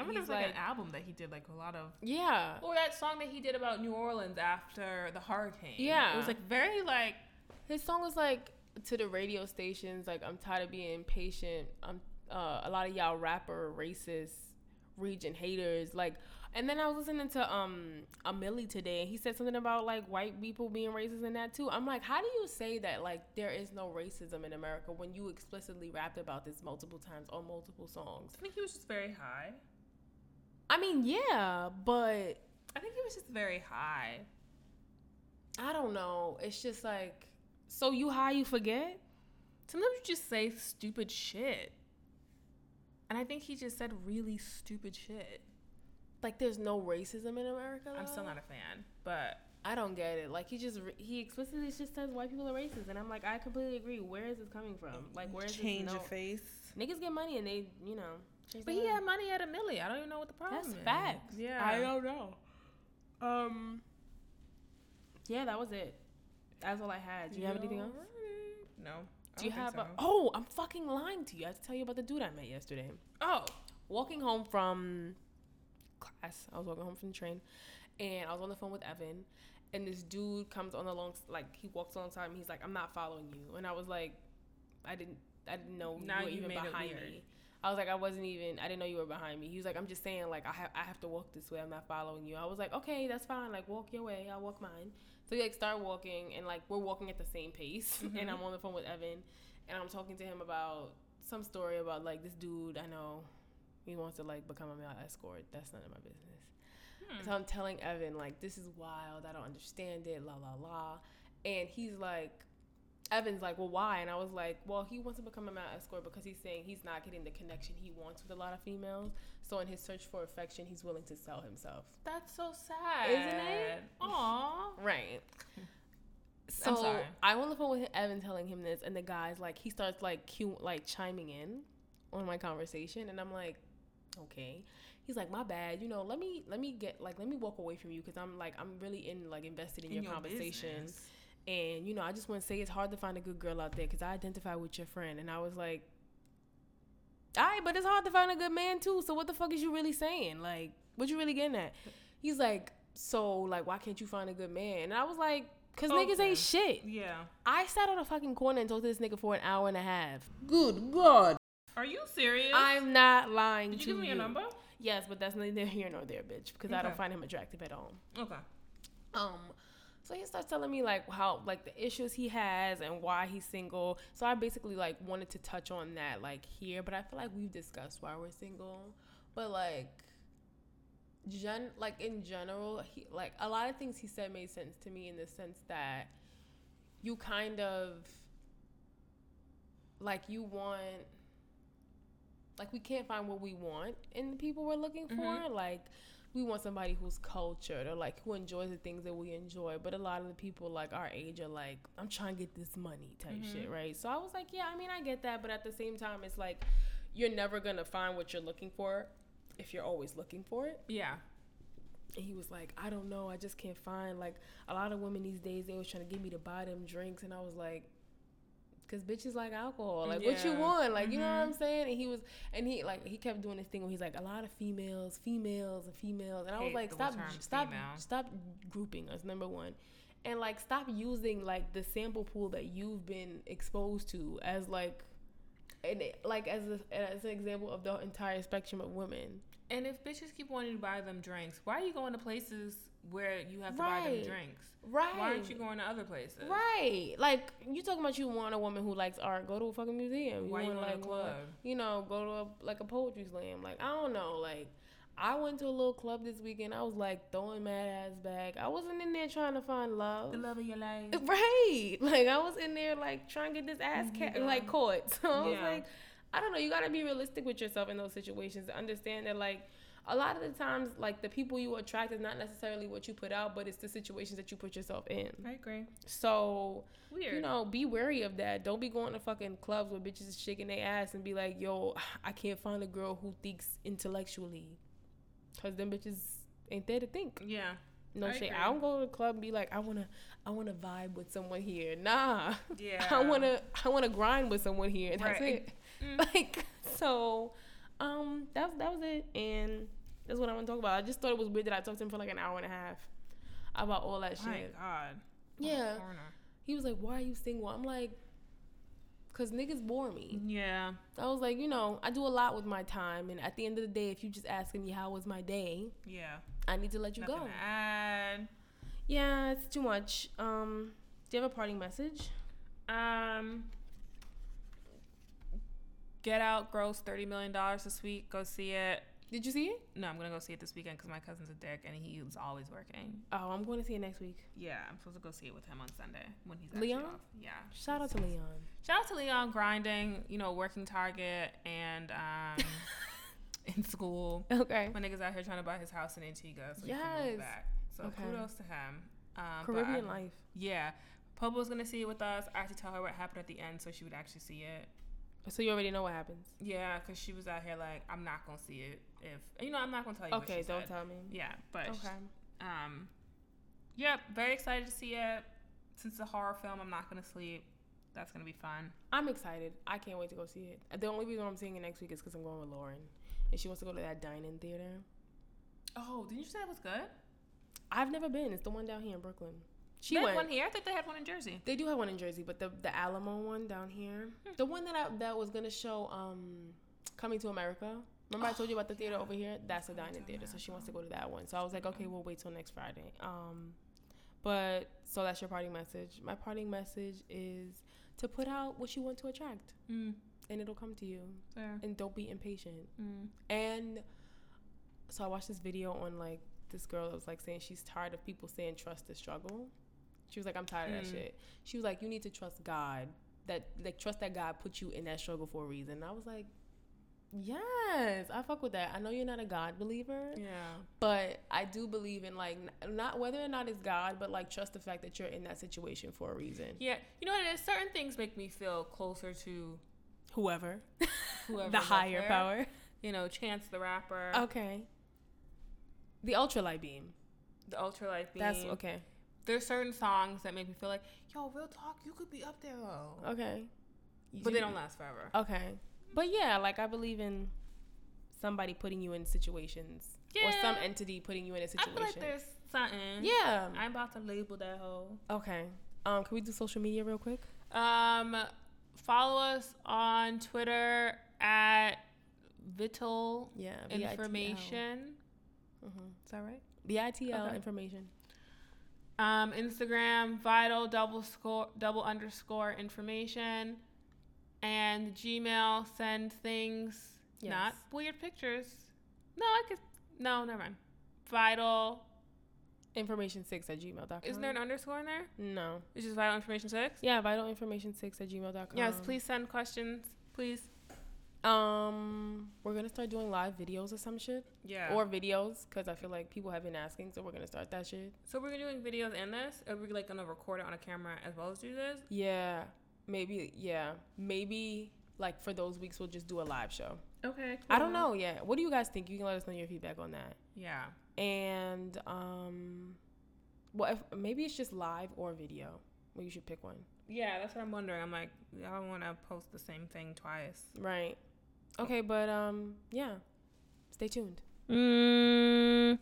I remember it He's was like, like- an album that he did like a lot of Yeah. Or that song that he did about New Orleans after the hurricane. Yeah. It was like very like His song was like to the radio stations, like I'm tired of being patient. I'm uh, a lot of y'all rapper racist region haters. Like, and then I was listening to um a Millie today, and he said something about like white people being racist and that too. I'm like, how do you say that like there is no racism in America when you explicitly rapped about this multiple times on multiple songs? I think he was just very high. I mean, yeah, but I think he was just very high. I don't know. It's just like so you high you forget. Sometimes you just say stupid shit. And I think he just said really stupid shit. Like there's no racism in America. I'm still though? not a fan, but I don't get it. Like he just re- he explicitly just says white people are racist, and I'm like, I completely agree. Where is this coming from? Like where is this? No- face. Niggas get money and they, you know. change But their he mind. had money at a millie. I don't even know what the problem that's is. facts. Yeah. I don't know. Um. Yeah, that was it. That's all I had. Do you have anything else? Alrighty. No. I Do you don't have? think A- so. oh, I'm fucking lying to you. I have to tell you about the dude I met yesterday. oh. walking home from class. I was walking home from the train, and I was on the phone with Evan, and this dude comes on the long like he walks alongside me. He's like, "I'm not following you," and I was like, "I didn't, I didn't know Now you were you even made it behind weird. me." I was like, I wasn't even. I didn't know you were behind me. He was like, I'm just saying, like, I have, I have to walk this way. I'm not following you. I was like, okay, that's fine. Like, walk your way. I'll walk mine. So we like start walking, and like we're walking at the same pace. Mm-hmm. and I'm on the phone with Evan, and I'm talking to him about some story about like this dude I know. He wants to like become a male escort. That's none of my business. So I'm telling Evan like, this is wild. I don't understand it. La la la. And he's like, Evan's like, well, why? And I was like, well, he wants to become a male escort because he's saying he's not getting the connection he wants with a lot of females. So in his search for affection, he's willing to sell himself. That's so sad, Isn't it? Aw. Right. So sorry. I'm on the phone with Evan telling him this, and the guy's like, he starts like cue, like chiming in on my conversation, and I'm like, okay. He's like, my bad. You know, let me let me get like let me walk away from you because I'm like I'm really in like invested in, In your, your conversations, business. and you know I just want to say it's hard to find a good girl out there because I identify with your friend, and I was like, all right, but it's hard to find a good man too. So what the fuck is you really saying? Like, what you really getting at? He's like, so like, why can't you find a good man? And I was like, cause niggas Okay. ain't shit. Oh, Yeah. I sat on a fucking corner and talked to this nigga for an hour and a half. Good God. Are you serious? I'm not lying Did to you give me your number? Yes, but that's neither here nor there, bitch, because I don't Okay. find him attractive at all. Okay. Um, so he starts telling me like how like the issues he has and why he's single. So I basically like wanted to touch on that like here, but I feel like we've discussed why we're single. But like gen like in general, he like a lot of things he said made sense to me in the sense that you kind of like you want like we can't find what we want in the people we're looking for. Like we want somebody who's cultured or like who enjoys the things that we enjoy. But a lot of the people like our age are like, I'm trying to get this money type shit, right? So I was like, yeah, I mean, I get that, but at the same time, it's like you're never gonna find what you're looking for if you're always looking for it. Yeah. And he was like, I don't know, I just can't find like a lot of women these days. They was trying to get me to buy them drinks, and I was like, because bitches like alcohol, like what you Yeah. Mm-hmm. want, like you know what I'm saying. And he was, and he like he kept doing this thing where he's like, a lot of females, females, and females, and I was Hate like, the stop, term stop, female. stop grouping us. Number one. And like, stop using like the sample pool that you've been exposed to as like, and like as a, as an example of the entire spectrum of women. And if bitches keep wanting to buy them drinks, why are you going to places where you have to buy them Right. drinks? Right. Why aren't you going to other places? Right. Like you talking about you want a woman who likes art, go to a fucking museum. Why you want want, a like, club? what- you know, go to a, like a poetry slam. Like I don't know. Like I went to a little club this weekend. I was like throwing mad ass back. I wasn't in there trying to find love. The love of your life. Right. Like I was in there like trying to get this ass ca- like caught. So I was Yeah. like, I don't know. You gotta be realistic with yourself in those situations. to Understand that like a lot of the times like the people you attract is not necessarily what you put out, but it's the situations that you put yourself in. I agree. So Weird. you know, be wary of that. Don't be going to fucking clubs where bitches is shaking their ass and be like, yo, I can't find a girl who thinks intellectually. Cause them bitches ain't there to think. yeah. No I shit. agree. I don't go to the club and be like, I wanna I wanna vibe with someone here. Nah. Yeah. I wanna I wanna grind with someone here. That's Right. Mm. it. Like so um that was that was it and that's what I wanna talk about. I just thought it was weird that I talked to him for like an hour and a half about all that My shit. God. Yeah. Corner. He was like, "Why are you single?" I'm like, "Cause niggas bore me." Yeah. I was like, you know, I do a lot with my time, and at the end of the day, if you just asking me how was my day, Yeah. I need to let you Nothing go. to add. Yeah, it's too much. Um, do you have a parting message? Um, Get Out grossed thirty million dollars this week. Go see it. Did you see it? No, I'm gonna go see it this weekend because my cousin's a dick and he was always working. Oh, I'm going to see it next week. Yeah, I'm supposed to go see it with him on Sunday when he's actually Leon? off. Yeah. Shout out to Leon. Shout out to Leon grinding, you know, working Target and um, in school. Okay. My niggas out here trying to buy his house in Antigua so he can Yes. move back. So Okay. kudos to him. Um, but Caribbean I- life. Yeah. Pobo's gonna see it with us. I had to tell her what happened at the end so she would actually see it. So you already know what happens. Yeah, because she was out here like, I'm not gonna see it if you know, I'm not gonna tell you. Okay, what she don't said. tell me. Yeah, but Okay. um, yep, very excited to see it. Since it's a horror film, I'm not gonna sleep. That's gonna be fun. I'm excited. I can't wait to go see it. The only reason I'm seeing it next week is because I'm going with Lauren, and she wants to go to that dining theater. Oh, didn't you say it was good? I've never been. It's the one down here in Brooklyn. She They had went. one here. I thought they had one in Jersey. They do have one in Jersey, but the the Alamo one down here, Hmm. the one that I, that was gonna show um Coming to America. Remember I told you about the Oh, theater over here? That's a dining theater, so she wants to go to that one. So I was like, okay, we'll wait till next Friday. Um, but so that's your parting message. My parting message is to put out what you want to attract, Mm, and it'll come to you. there. And don't be impatient. Mm. And so I watched this video on like this girl that was like saying she's tired of people saying trust the struggle. She was like, I'm tired Hmm. of that shit. She was like, you need to trust God. That like trust that God put you in that struggle for a reason. And I was like, yes, I fuck with that. I know you're not a God believer, Yeah. but I do believe in like n- not whether or not it's God, but like trust the fact that you're in that situation for a reason. Yeah. You know what? it is? Certain things make me feel closer to Whoever, Whoever's the up higher there. power. you know Chance the Rapper, Okay. The ultralight beam. the Ultralight Beam. That's okay. There's certain songs that make me feel like, yo, real talk, you could be up there though. Okay. But they You- don't last forever. Okay. But yeah, like I believe in somebody putting you in situations or some Yeah. entity putting you in a I feel situation. like there's something. yeah. I'm about to label that whole. okay. Um, can we do social media real quick? Um, follow us on Twitter at Vital Yeah. Information. Mm-hmm. Is that right? VITL Okay. information. Um, Instagram Vital double score double underscore information, and Gmail send things Yes. not weird pictures. No, I could. No, never mind. Vital. Information six at gmail.com. Isn't there an underscore in there? No. It's just vital information six. Yeah, vital information six at gmail.com. Yes, please send questions. Please. Um, we're gonna start doing live videos or some shit. Yeah. Or videos, because I feel like people have been asking, so we're gonna start that shit. So we're doing videos and this. Are we like gonna record it on a camera as well as do this? Yeah, maybe. Yeah, maybe like for those weeks we'll just do a live show. Okay. I don't know yet. What do you guys think? You can let us know your feedback on that. Yeah. And um, well, if, maybe it's just live or video. Well, you should pick one, Yeah, that's what I'm wondering. I'm like, I don't want to post the same thing twice. right? Okay, but um, yeah, stay tuned. Mm.